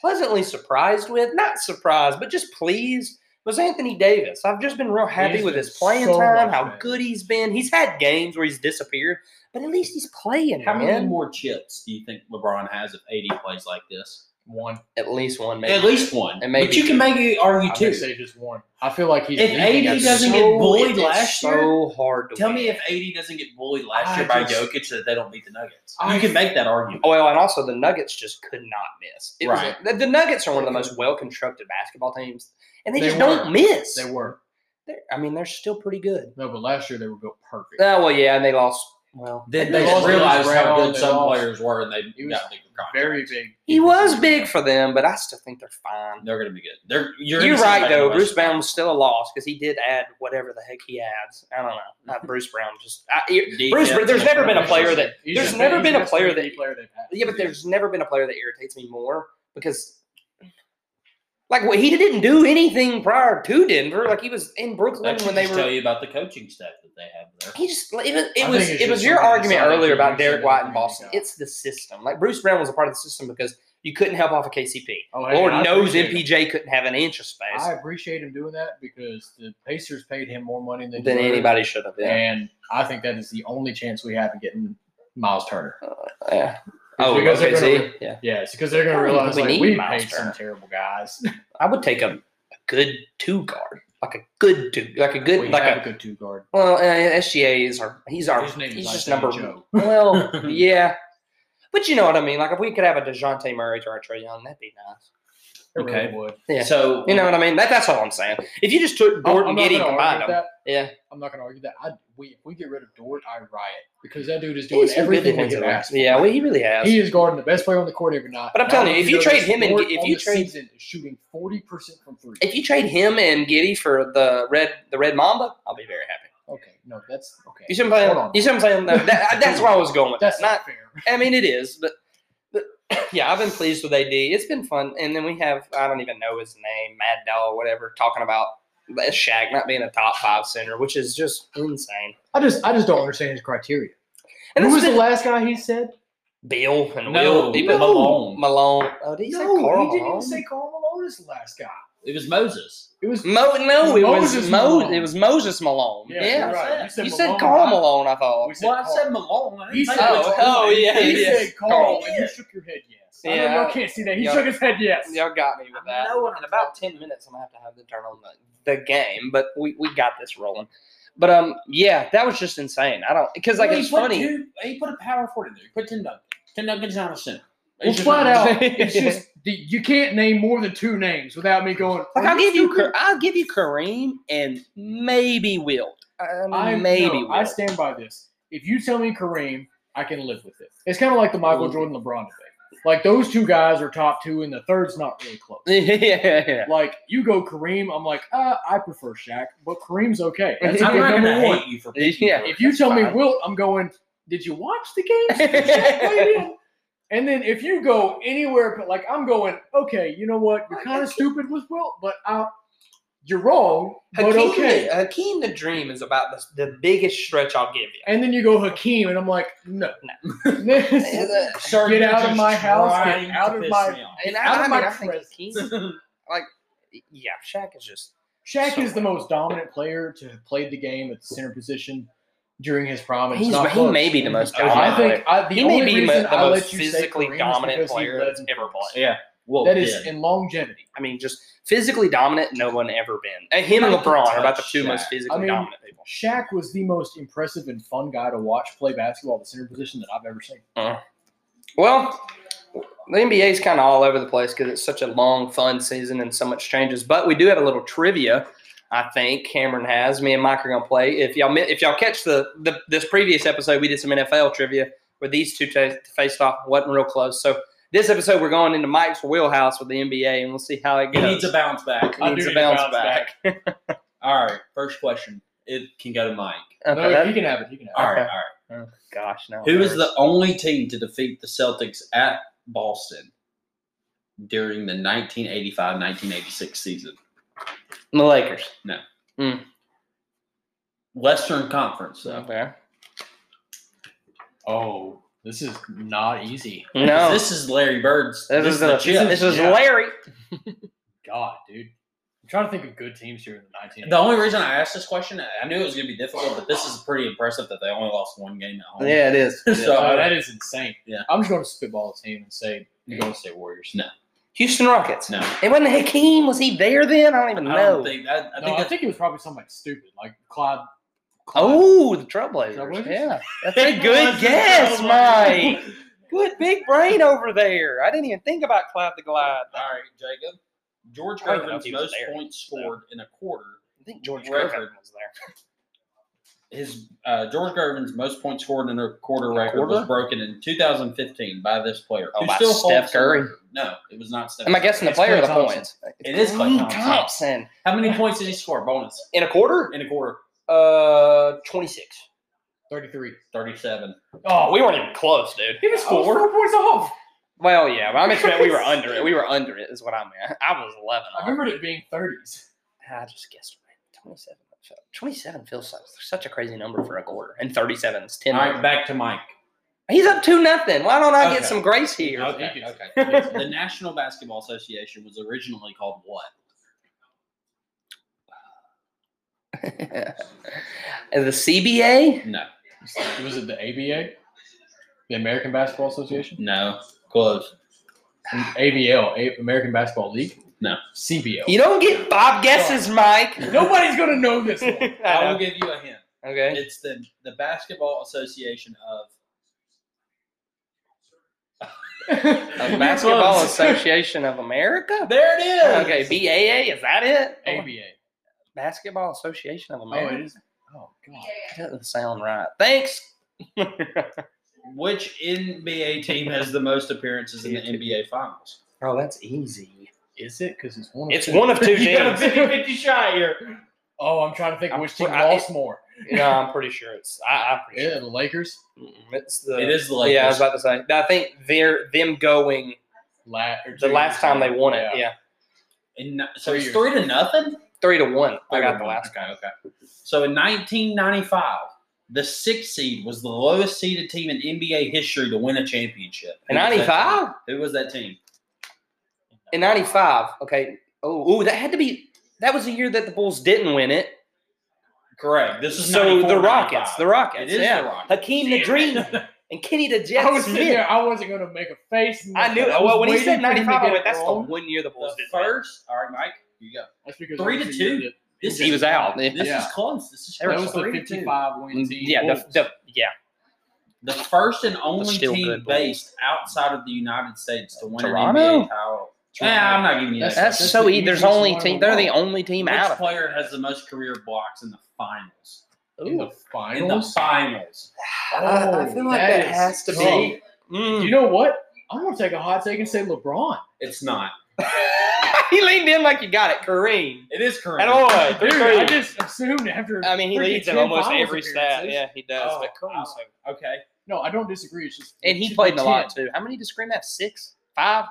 [SPEAKER 2] pleasantly surprised with, not surprised, but just pleased, was Anthony Davis. I've just been real happy
[SPEAKER 3] He's
[SPEAKER 2] with
[SPEAKER 3] been
[SPEAKER 2] his playing
[SPEAKER 3] so
[SPEAKER 2] time,
[SPEAKER 3] much
[SPEAKER 2] how
[SPEAKER 3] better.
[SPEAKER 2] good he's been. He's had games where he's disappeared, but at least he's playing.
[SPEAKER 4] How many
[SPEAKER 2] man.
[SPEAKER 4] more chips do you think LeBron has if AD plays like this?
[SPEAKER 3] One,
[SPEAKER 2] At least one, maybe.
[SPEAKER 4] At least one.
[SPEAKER 2] And maybe
[SPEAKER 4] but you can make it argue
[SPEAKER 3] I
[SPEAKER 4] two.
[SPEAKER 3] think say just one. I feel like he's
[SPEAKER 4] If
[SPEAKER 3] leading
[SPEAKER 4] AD
[SPEAKER 3] us-
[SPEAKER 4] doesn't get bullied last
[SPEAKER 2] so
[SPEAKER 4] year?
[SPEAKER 2] hard to
[SPEAKER 4] Tell
[SPEAKER 2] win.
[SPEAKER 4] me if AD doesn't get bullied last
[SPEAKER 3] I
[SPEAKER 4] year by
[SPEAKER 3] just-
[SPEAKER 4] Jokic that they don't beat the Nuggets.
[SPEAKER 3] I-
[SPEAKER 4] you can make that argument.
[SPEAKER 2] Oh, Well, and also the Nuggets just could not miss. It was-
[SPEAKER 4] Right.
[SPEAKER 2] the, the Nuggets are one of the most well constructed basketball teams, and they,
[SPEAKER 3] They
[SPEAKER 2] just
[SPEAKER 3] were.
[SPEAKER 2] don't miss.
[SPEAKER 3] they were
[SPEAKER 2] They're- I mean, they're still pretty good.
[SPEAKER 3] no, but last year they were built perfect.
[SPEAKER 2] Oh well, yeah, and they lost. Well,
[SPEAKER 4] Then
[SPEAKER 3] They
[SPEAKER 4] they,
[SPEAKER 3] lost
[SPEAKER 4] realized
[SPEAKER 3] Bruce
[SPEAKER 4] how
[SPEAKER 3] Brown,
[SPEAKER 4] good
[SPEAKER 3] they
[SPEAKER 4] some
[SPEAKER 3] lost-
[SPEAKER 4] players were, and they
[SPEAKER 3] He was
[SPEAKER 4] got bigger contracts.
[SPEAKER 3] Very big.
[SPEAKER 2] he was big for them, but I still think they're fine.
[SPEAKER 4] They're going to be good. They're you're,
[SPEAKER 2] You're,
[SPEAKER 4] gonna see
[SPEAKER 2] right
[SPEAKER 4] them in
[SPEAKER 2] though.
[SPEAKER 4] the
[SPEAKER 2] Bruce
[SPEAKER 4] West.
[SPEAKER 2] Brown was still a loss because he did add whatever the heck he adds. I don't know. Not Bruce Brown. Just I, it- Bruce.
[SPEAKER 4] Defense,
[SPEAKER 2] There's never been a player that.
[SPEAKER 3] He's
[SPEAKER 2] there's
[SPEAKER 3] the
[SPEAKER 2] never
[SPEAKER 3] best-
[SPEAKER 2] been a
[SPEAKER 3] he's the
[SPEAKER 2] player
[SPEAKER 3] best
[SPEAKER 2] that-
[SPEAKER 3] AD player they've had.
[SPEAKER 2] Yeah, but there's never been a player that irritates me more because Like well, he didn't do anything prior to Denver. Like he was in Brooklyn
[SPEAKER 4] That should
[SPEAKER 2] when they
[SPEAKER 4] just
[SPEAKER 2] were.
[SPEAKER 4] tell you about the coaching staff that they have there.
[SPEAKER 2] He just it was
[SPEAKER 3] I
[SPEAKER 2] it
[SPEAKER 3] think
[SPEAKER 2] was,
[SPEAKER 3] it's
[SPEAKER 2] it
[SPEAKER 3] just
[SPEAKER 2] was your
[SPEAKER 3] something
[SPEAKER 2] argument
[SPEAKER 3] inside
[SPEAKER 2] earlier
[SPEAKER 3] that
[SPEAKER 2] about
[SPEAKER 3] Bruce
[SPEAKER 2] Derek
[SPEAKER 3] and
[SPEAKER 2] White in
[SPEAKER 3] everything
[SPEAKER 2] Boston.
[SPEAKER 3] got.
[SPEAKER 2] It's the system. Like Bruce Brown was a part of the system because you couldn't help off of KCP.
[SPEAKER 3] Oh, hey,
[SPEAKER 2] Lord
[SPEAKER 3] I
[SPEAKER 2] knows
[SPEAKER 3] appreciate
[SPEAKER 2] MPJ
[SPEAKER 3] it.
[SPEAKER 2] couldn't have an inch of space
[SPEAKER 3] I appreciate him doing that because the Pacers paid him more money than,
[SPEAKER 2] than
[SPEAKER 3] he earned,
[SPEAKER 2] anybody should have. Yeah.
[SPEAKER 3] and I think that is the only chance we have of getting Miles Turner.
[SPEAKER 2] yeah. Oh,
[SPEAKER 3] because they're
[SPEAKER 2] OKC?
[SPEAKER 3] gonna-
[SPEAKER 2] yeah.
[SPEAKER 3] Yeah, it's because they're going
[SPEAKER 2] I
[SPEAKER 3] to
[SPEAKER 2] don't
[SPEAKER 3] realize
[SPEAKER 2] think we
[SPEAKER 3] like,
[SPEAKER 2] need
[SPEAKER 3] we
[SPEAKER 2] Miles
[SPEAKER 3] paid some
[SPEAKER 2] Turner.
[SPEAKER 3] terrible guys.
[SPEAKER 2] I would take a, a good two guard, like a good two, like a good,
[SPEAKER 3] we
[SPEAKER 2] like
[SPEAKER 3] have
[SPEAKER 2] a.
[SPEAKER 3] a good two guard.
[SPEAKER 2] Well, uh, SGA is our. He's our.
[SPEAKER 3] His name is
[SPEAKER 2] he's just
[SPEAKER 3] Isaiah
[SPEAKER 2] number.
[SPEAKER 3] Joe.
[SPEAKER 2] Well, yeah, but you know what I mean. Like if we could have a Dejounte Murray to our Trey Young, that'd be nice.
[SPEAKER 3] It really
[SPEAKER 4] Okay.
[SPEAKER 3] would.
[SPEAKER 2] Yeah.
[SPEAKER 4] So
[SPEAKER 2] You know what I mean? That, that's all I'm saying. If you just took Dort
[SPEAKER 3] I'm
[SPEAKER 2] and
[SPEAKER 3] not
[SPEAKER 2] Giddy
[SPEAKER 3] gonna argue
[SPEAKER 2] combined
[SPEAKER 3] with
[SPEAKER 2] them,
[SPEAKER 3] that.
[SPEAKER 2] yeah,
[SPEAKER 3] I'm not going to argue that. I, we, if we get rid of Dort, I riot because that dude is doing
[SPEAKER 2] he's been good
[SPEAKER 3] everything we
[SPEAKER 2] defensively.
[SPEAKER 3] can ask.
[SPEAKER 2] Yeah, well, he really has.
[SPEAKER 3] He is guarding the best player on the court every night.
[SPEAKER 2] But I'm
[SPEAKER 3] And
[SPEAKER 2] telling you,
[SPEAKER 3] I want
[SPEAKER 2] if you
[SPEAKER 3] to notice
[SPEAKER 2] trade him and
[SPEAKER 3] Dort
[SPEAKER 2] Gi- if
[SPEAKER 3] on
[SPEAKER 2] you
[SPEAKER 3] the
[SPEAKER 2] trade-
[SPEAKER 3] season is shooting forty percent from three.
[SPEAKER 2] if you trade him and Giddy for the red, the red Mamba, I'll be very happy.
[SPEAKER 3] okay, no, that's okay.
[SPEAKER 2] You see what I'm
[SPEAKER 3] Hold
[SPEAKER 2] saying?
[SPEAKER 3] on.
[SPEAKER 2] You see what I'm saying? That- that- that's where I was going with that.
[SPEAKER 3] That's
[SPEAKER 2] Not
[SPEAKER 3] not fair.
[SPEAKER 2] I mean, it is, but, but yeah, I've been pleased with AD. It's been fun, and then we have I don't even know his name, Mad Dog, whatever, talking about Shaq not being a top five center, which is just insane.
[SPEAKER 3] I just, I just don't understand his criteria.
[SPEAKER 2] And
[SPEAKER 3] Who
[SPEAKER 2] it's
[SPEAKER 3] was the
[SPEAKER 2] been
[SPEAKER 3] last guy he said?
[SPEAKER 2] Bill and
[SPEAKER 4] No,
[SPEAKER 2] Will he put-
[SPEAKER 4] Malone.
[SPEAKER 2] Malone. Oh, did he say Carl
[SPEAKER 3] he didn't
[SPEAKER 2] Malone?
[SPEAKER 3] even say Carl Malone is the last guy.
[SPEAKER 4] it was Moses.
[SPEAKER 3] It was
[SPEAKER 2] Mo- no, it was
[SPEAKER 3] Moses
[SPEAKER 2] Mo-
[SPEAKER 3] Malone.
[SPEAKER 2] it was Moses Malone.
[SPEAKER 3] Yeah,
[SPEAKER 2] Yeah,
[SPEAKER 3] you're right.
[SPEAKER 2] you said, Carl Malone. I thought.
[SPEAKER 3] We said
[SPEAKER 4] Well, I
[SPEAKER 3] Carl.
[SPEAKER 4] said Malone. I didn't
[SPEAKER 3] He
[SPEAKER 4] say
[SPEAKER 3] said,
[SPEAKER 4] Malone.
[SPEAKER 2] Oh, oh, yeah,
[SPEAKER 3] he
[SPEAKER 2] yes.
[SPEAKER 3] said Carl,
[SPEAKER 2] Carl.
[SPEAKER 3] and you shook your head yes. I know
[SPEAKER 2] Yeah.
[SPEAKER 3] y'all can't see that. He
[SPEAKER 2] Yeah.
[SPEAKER 3] shook his head yes.
[SPEAKER 2] Y'all got me with that.
[SPEAKER 4] I know what I'm
[SPEAKER 2] In about ten minutes, I'm gonna have to have them turn on the, the game, but we, we got this rolling. But um, yeah, that was just insane. I don't because like
[SPEAKER 1] Well, he
[SPEAKER 2] it's
[SPEAKER 1] put
[SPEAKER 2] funny.
[SPEAKER 1] Two, he put a power forward in there. He put Tim Duncan. Tim Duncan's not a center.
[SPEAKER 3] Well,
[SPEAKER 1] It's just-
[SPEAKER 3] flat out, it's just the- you can't name more than two names without me going.
[SPEAKER 2] like
[SPEAKER 3] "Are
[SPEAKER 2] I'll give you,
[SPEAKER 3] stupid?"
[SPEAKER 2] Ka- I'll give you Kareem and maybe Wilt. Um,
[SPEAKER 3] I
[SPEAKER 2] maybe
[SPEAKER 3] no, I
[SPEAKER 2] Wilt.
[SPEAKER 3] stand by this. If you tell me Kareem, I can live with it. It's kind of like the Michael
[SPEAKER 2] Mm.
[SPEAKER 3] Jordan LeBron debate. Like those two guys are top two, and the third's not really close.
[SPEAKER 2] yeah, yeah, yeah.
[SPEAKER 3] Like you go Kareem, I'm like uh, I prefer Shaq, but Kareem's okay. That's
[SPEAKER 1] I'm
[SPEAKER 3] okay,
[SPEAKER 1] not
[SPEAKER 3] number
[SPEAKER 1] gonna
[SPEAKER 3] one.
[SPEAKER 1] hate you for picking
[SPEAKER 2] Yeah.
[SPEAKER 1] Jordan.
[SPEAKER 3] If you
[SPEAKER 1] That's
[SPEAKER 3] tell me
[SPEAKER 1] fine.
[SPEAKER 3] Wilt, I'm going. Did you watch the games? that Shaq played in?" And then if you go anywhere, but like I'm going, okay, you know what? You're kind of stupid with Wilt, but I, you're wrong, but
[SPEAKER 2] Hakeem,
[SPEAKER 3] okay.
[SPEAKER 2] the, Hakeem the Dream is about the, the biggest stretch I'll give you.
[SPEAKER 3] And then you go Hakeem, and I'm like, no, This-
[SPEAKER 4] uh,
[SPEAKER 1] Sir,
[SPEAKER 3] get
[SPEAKER 1] you're
[SPEAKER 3] out of
[SPEAKER 1] just
[SPEAKER 3] my house, get
[SPEAKER 1] trying to
[SPEAKER 3] out of
[SPEAKER 1] piss
[SPEAKER 3] my-
[SPEAKER 1] me off.
[SPEAKER 2] And
[SPEAKER 3] Out
[SPEAKER 2] I,
[SPEAKER 3] of
[SPEAKER 2] I
[SPEAKER 3] my
[SPEAKER 2] mean, I think
[SPEAKER 3] presence.
[SPEAKER 2] Hakeem, like, yeah, Shaq is just
[SPEAKER 3] Shaq
[SPEAKER 2] So-
[SPEAKER 3] is the most dominant player to have played the game at the center position during his prime. It's
[SPEAKER 2] He's-
[SPEAKER 3] not
[SPEAKER 2] he
[SPEAKER 3] close. Oh,
[SPEAKER 2] may be the most
[SPEAKER 3] I
[SPEAKER 2] dominant
[SPEAKER 3] think I, the
[SPEAKER 2] he
[SPEAKER 3] only
[SPEAKER 2] may be
[SPEAKER 3] reason
[SPEAKER 2] the
[SPEAKER 3] I
[SPEAKER 2] most
[SPEAKER 3] let you say Kareem
[SPEAKER 2] physically
[SPEAKER 3] is
[SPEAKER 2] dominant
[SPEAKER 3] because he
[SPEAKER 2] player
[SPEAKER 3] led
[SPEAKER 2] that's
[SPEAKER 3] in
[SPEAKER 2] ever
[SPEAKER 3] points.
[SPEAKER 2] played.
[SPEAKER 4] Yeah. Well,
[SPEAKER 3] That is
[SPEAKER 4] yeah.
[SPEAKER 3] in longevity.
[SPEAKER 2] I mean, just physically dominant, no one ever been. And him and
[SPEAKER 4] Not
[SPEAKER 2] LeBron are
[SPEAKER 4] touch
[SPEAKER 2] about the two most
[SPEAKER 4] Shaq.
[SPEAKER 2] physically
[SPEAKER 3] I mean-
[SPEAKER 2] dominant people.
[SPEAKER 3] Shaq was the most impressive and fun guy to watch play basketball at the center position that I've ever seen.
[SPEAKER 2] Well, the NBA is kind of all over the place because it's such a long, fun season and so much changes. But we do have a little trivia. I think Cameron has. Me and Mike are gonna play. If y'all mi- if y'all catch the, the this previous episode, we did some NFL trivia where these two ta faced off. wasn't real close. So this episode, we're going into Mike's wheelhouse with the NBA, and we'll see how it
[SPEAKER 4] He
[SPEAKER 2] goes.
[SPEAKER 4] needs a bounce back.
[SPEAKER 2] He needs
[SPEAKER 3] do
[SPEAKER 2] a
[SPEAKER 3] need a
[SPEAKER 2] bounce,
[SPEAKER 3] bounce
[SPEAKER 2] back.
[SPEAKER 4] All right. First question. It can go to Mike.
[SPEAKER 2] Okay,
[SPEAKER 3] No,
[SPEAKER 2] that-
[SPEAKER 3] he can have it. He can have
[SPEAKER 4] All right.
[SPEAKER 2] Okay.
[SPEAKER 4] All right.
[SPEAKER 2] Oh, gosh, no.
[SPEAKER 4] Who is the only team to defeat the Celtics at Boston during the 1985-1986 season?
[SPEAKER 2] the Lakers? Mm.
[SPEAKER 4] Western Conference, though.
[SPEAKER 2] Okay.
[SPEAKER 3] it. Oh, this is not easy.
[SPEAKER 2] No, this,
[SPEAKER 4] This is Larry Bird's.
[SPEAKER 2] is the,
[SPEAKER 4] chip.
[SPEAKER 2] this is
[SPEAKER 3] yeah.
[SPEAKER 2] Larry.
[SPEAKER 3] God, dude. I'm trying to think of good teams here in the 19.
[SPEAKER 4] The only reason I asked this question, I- I knew it was going to be difficult, but this is pretty impressive that they only lost one game at home.
[SPEAKER 2] Yeah, it is.
[SPEAKER 4] So-
[SPEAKER 3] Oh, that is insane.
[SPEAKER 4] Yeah.
[SPEAKER 3] I'm just going to spitball a team and say you're going to say Warriors.
[SPEAKER 2] Houston Rockets.
[SPEAKER 4] No.
[SPEAKER 2] It wasn't Hakeem. Was he there then? I don't even
[SPEAKER 4] I
[SPEAKER 2] know.
[SPEAKER 4] don't think I, I
[SPEAKER 3] I
[SPEAKER 4] think
[SPEAKER 3] think, no, I
[SPEAKER 4] that's
[SPEAKER 3] think it was probably something like stupid, like Clyde.
[SPEAKER 2] oh, the Trailblazers.
[SPEAKER 3] Trailblazers?
[SPEAKER 2] Yeah, that's
[SPEAKER 4] It
[SPEAKER 2] a good
[SPEAKER 4] was the
[SPEAKER 2] guess,
[SPEAKER 4] Trailblazers.
[SPEAKER 2] Mike. Good big brain over there. I didn't even think about Clyde the Glide.
[SPEAKER 4] all right, Jacob. George
[SPEAKER 2] I don't know if
[SPEAKER 4] Gervin's
[SPEAKER 2] he was
[SPEAKER 4] most
[SPEAKER 2] there.
[SPEAKER 4] points scored in a quarter.
[SPEAKER 2] I think George
[SPEAKER 4] Record.
[SPEAKER 2] Gervin was there.
[SPEAKER 4] His uh, George Gervin's most points scored in a quarter record was
[SPEAKER 2] quarter?
[SPEAKER 4] broken in 2015 by this player.
[SPEAKER 2] Oh,
[SPEAKER 4] who
[SPEAKER 2] by
[SPEAKER 4] still
[SPEAKER 2] Steph
[SPEAKER 4] holds the
[SPEAKER 2] Curry?
[SPEAKER 4] record. No, it was not Steph.
[SPEAKER 2] Am I
[SPEAKER 4] Curry.
[SPEAKER 2] guessing the
[SPEAKER 4] It's
[SPEAKER 2] player or
[SPEAKER 4] Clay
[SPEAKER 2] the
[SPEAKER 4] Thompson.
[SPEAKER 2] points?
[SPEAKER 4] It is Clay
[SPEAKER 2] Clay
[SPEAKER 4] Thompson.
[SPEAKER 2] Thompson.
[SPEAKER 4] How many points did he score? Bonus
[SPEAKER 2] In a quarter?
[SPEAKER 4] in a quarter,
[SPEAKER 2] Uh, 26.
[SPEAKER 3] 33.
[SPEAKER 4] 37.
[SPEAKER 2] Oh, we weren't even close, dude.
[SPEAKER 3] He was four. four points off.
[SPEAKER 2] Well, yeah, but I'm expecting we were under it. We were under it, is what I meant. I was 11.
[SPEAKER 3] I remembered it being 30s.
[SPEAKER 2] I just guessed right. 27. 27 feels such, such a crazy number for a quarter, and 37 is 10.
[SPEAKER 1] All right, back to Mike.
[SPEAKER 2] He's up to nothing. Why don't I
[SPEAKER 4] Okay.
[SPEAKER 2] get some grace here?
[SPEAKER 4] Okay, okay. the National Basketball Association was originally called what?
[SPEAKER 2] And the CBA?
[SPEAKER 4] No,
[SPEAKER 3] Was it the ABA? The American Basketball Association?
[SPEAKER 4] no, close.
[SPEAKER 3] ABL, A- American Basketball League?
[SPEAKER 4] No.
[SPEAKER 3] CBL.
[SPEAKER 2] You don't get five guesses, Mike.
[SPEAKER 3] Nobody's going to know this one.
[SPEAKER 2] I
[SPEAKER 4] I will
[SPEAKER 2] know.
[SPEAKER 4] give you a hint.
[SPEAKER 2] Okay.
[SPEAKER 4] It's the the Basketball Association of
[SPEAKER 2] The
[SPEAKER 3] You're
[SPEAKER 2] Basketball
[SPEAKER 3] close.
[SPEAKER 2] Association of America?
[SPEAKER 4] There it is.
[SPEAKER 2] Okay, BAA, is that it?
[SPEAKER 3] ABA.
[SPEAKER 2] Basketball Association of
[SPEAKER 3] Oh, it
[SPEAKER 2] America.
[SPEAKER 3] is. Oh, God.
[SPEAKER 2] Doesn't sound right. Thanks.
[SPEAKER 4] Which NBA team has the most appearances in the NBA Finals?
[SPEAKER 2] Oh, that's easy.
[SPEAKER 3] Is it? Because it's one of
[SPEAKER 2] It's
[SPEAKER 3] two.
[SPEAKER 2] one of two
[SPEAKER 4] You got a
[SPEAKER 2] teams.
[SPEAKER 4] 50 shot here.
[SPEAKER 3] Oh, I'm trying to think
[SPEAKER 2] I'm
[SPEAKER 3] which
[SPEAKER 2] pre-
[SPEAKER 3] team
[SPEAKER 2] I-
[SPEAKER 3] lost more.
[SPEAKER 2] no, I'm pretty sure it's. I, I'm pretty
[SPEAKER 3] Yeah, the Lakers.
[SPEAKER 2] sure. Mm, It's the.
[SPEAKER 4] It is the Lakers.
[SPEAKER 2] Yeah, I was about to say. I think they're them going
[SPEAKER 3] La-
[SPEAKER 2] the last time they won it. Yeah,
[SPEAKER 4] In, so
[SPEAKER 3] Three
[SPEAKER 4] it's
[SPEAKER 3] years.
[SPEAKER 4] three to nothing.
[SPEAKER 2] three to one. I
[SPEAKER 4] Three
[SPEAKER 2] got
[SPEAKER 4] to
[SPEAKER 2] the
[SPEAKER 4] one.
[SPEAKER 2] last.
[SPEAKER 4] Okay, okay. So in 1995, the sixth seed was the lowest seeded team in NBA history to win a championship.
[SPEAKER 2] In
[SPEAKER 4] Who was that team?
[SPEAKER 2] '95.
[SPEAKER 4] Who was that team?
[SPEAKER 2] In '95. Okay. Oh, ooh, that had to be. That was the year that the Bulls didn't win it.
[SPEAKER 4] Correct. This is
[SPEAKER 2] so
[SPEAKER 4] 94,
[SPEAKER 2] the Rockets.
[SPEAKER 4] 95.
[SPEAKER 2] The Rockets.
[SPEAKER 4] It is
[SPEAKER 2] yeah.
[SPEAKER 4] the Rockets.
[SPEAKER 2] Hakeem the Dream and Kenny the Jet
[SPEAKER 3] I was sitting
[SPEAKER 2] Smith.
[SPEAKER 3] there. I wasn't going to make a face. and
[SPEAKER 2] I knew.
[SPEAKER 3] nothing. was
[SPEAKER 2] well, when he said
[SPEAKER 3] waiting for him
[SPEAKER 2] '95,
[SPEAKER 3] to
[SPEAKER 2] I
[SPEAKER 3] get
[SPEAKER 2] went,
[SPEAKER 3] it
[SPEAKER 2] "That's the
[SPEAKER 3] wrong."
[SPEAKER 2] one year the Bulls
[SPEAKER 4] The
[SPEAKER 2] didn't win."
[SPEAKER 4] first. All right, Mike. You go.
[SPEAKER 3] That's because
[SPEAKER 4] Three to
[SPEAKER 3] that was the year
[SPEAKER 4] two.
[SPEAKER 3] that-
[SPEAKER 4] This
[SPEAKER 2] He
[SPEAKER 4] is-
[SPEAKER 2] was out.
[SPEAKER 4] This
[SPEAKER 3] Yeah.
[SPEAKER 4] is close. This is
[SPEAKER 2] That
[SPEAKER 3] That
[SPEAKER 4] close.
[SPEAKER 3] was the
[SPEAKER 4] Three to two. Mm,
[SPEAKER 3] 55 win team.
[SPEAKER 2] Yeah, the,
[SPEAKER 3] Bulls.
[SPEAKER 2] the, yeah.
[SPEAKER 4] The first and only
[SPEAKER 2] still
[SPEAKER 4] team
[SPEAKER 2] good bowl.
[SPEAKER 4] based outside of the United States to win
[SPEAKER 2] Toronto?
[SPEAKER 4] an NBA title. Yeah, I'm not giving you that.
[SPEAKER 2] That's,
[SPEAKER 3] That's
[SPEAKER 2] so
[SPEAKER 3] the
[SPEAKER 2] easy. There's
[SPEAKER 3] easiest
[SPEAKER 2] only
[SPEAKER 3] one in
[SPEAKER 2] team.
[SPEAKER 3] the
[SPEAKER 2] They're the
[SPEAKER 3] world.
[SPEAKER 2] only team
[SPEAKER 4] Which
[SPEAKER 2] out of.
[SPEAKER 4] player has the most career blocks in the finals?
[SPEAKER 3] in the
[SPEAKER 2] Ooh.
[SPEAKER 3] finals. Oh,
[SPEAKER 4] In the finals.
[SPEAKER 2] I- I feel like Oh, that
[SPEAKER 3] is
[SPEAKER 2] has to be-
[SPEAKER 3] tough.
[SPEAKER 2] Mm.
[SPEAKER 3] You know what? I'm gonna take a hot take and say LeBron.
[SPEAKER 4] It's not.
[SPEAKER 2] he leaned in like you got it, Kareem.
[SPEAKER 4] It is correct.
[SPEAKER 2] At all. Three,
[SPEAKER 3] Dude,
[SPEAKER 2] three.
[SPEAKER 3] I just assumed after.
[SPEAKER 2] I mean, he
[SPEAKER 3] freaking
[SPEAKER 2] leads in
[SPEAKER 3] 10
[SPEAKER 2] almost
[SPEAKER 3] finals
[SPEAKER 2] every stat.
[SPEAKER 3] appearances.
[SPEAKER 2] Yeah, he does.
[SPEAKER 4] Oh,
[SPEAKER 2] but Kareem's so-
[SPEAKER 4] Okay.
[SPEAKER 3] No, I don't disagree. It's just
[SPEAKER 2] and
[SPEAKER 3] it
[SPEAKER 2] he
[SPEAKER 3] should
[SPEAKER 2] played in
[SPEAKER 3] be
[SPEAKER 2] a lot
[SPEAKER 3] 10.
[SPEAKER 2] too. How many did Scream have? Six, five?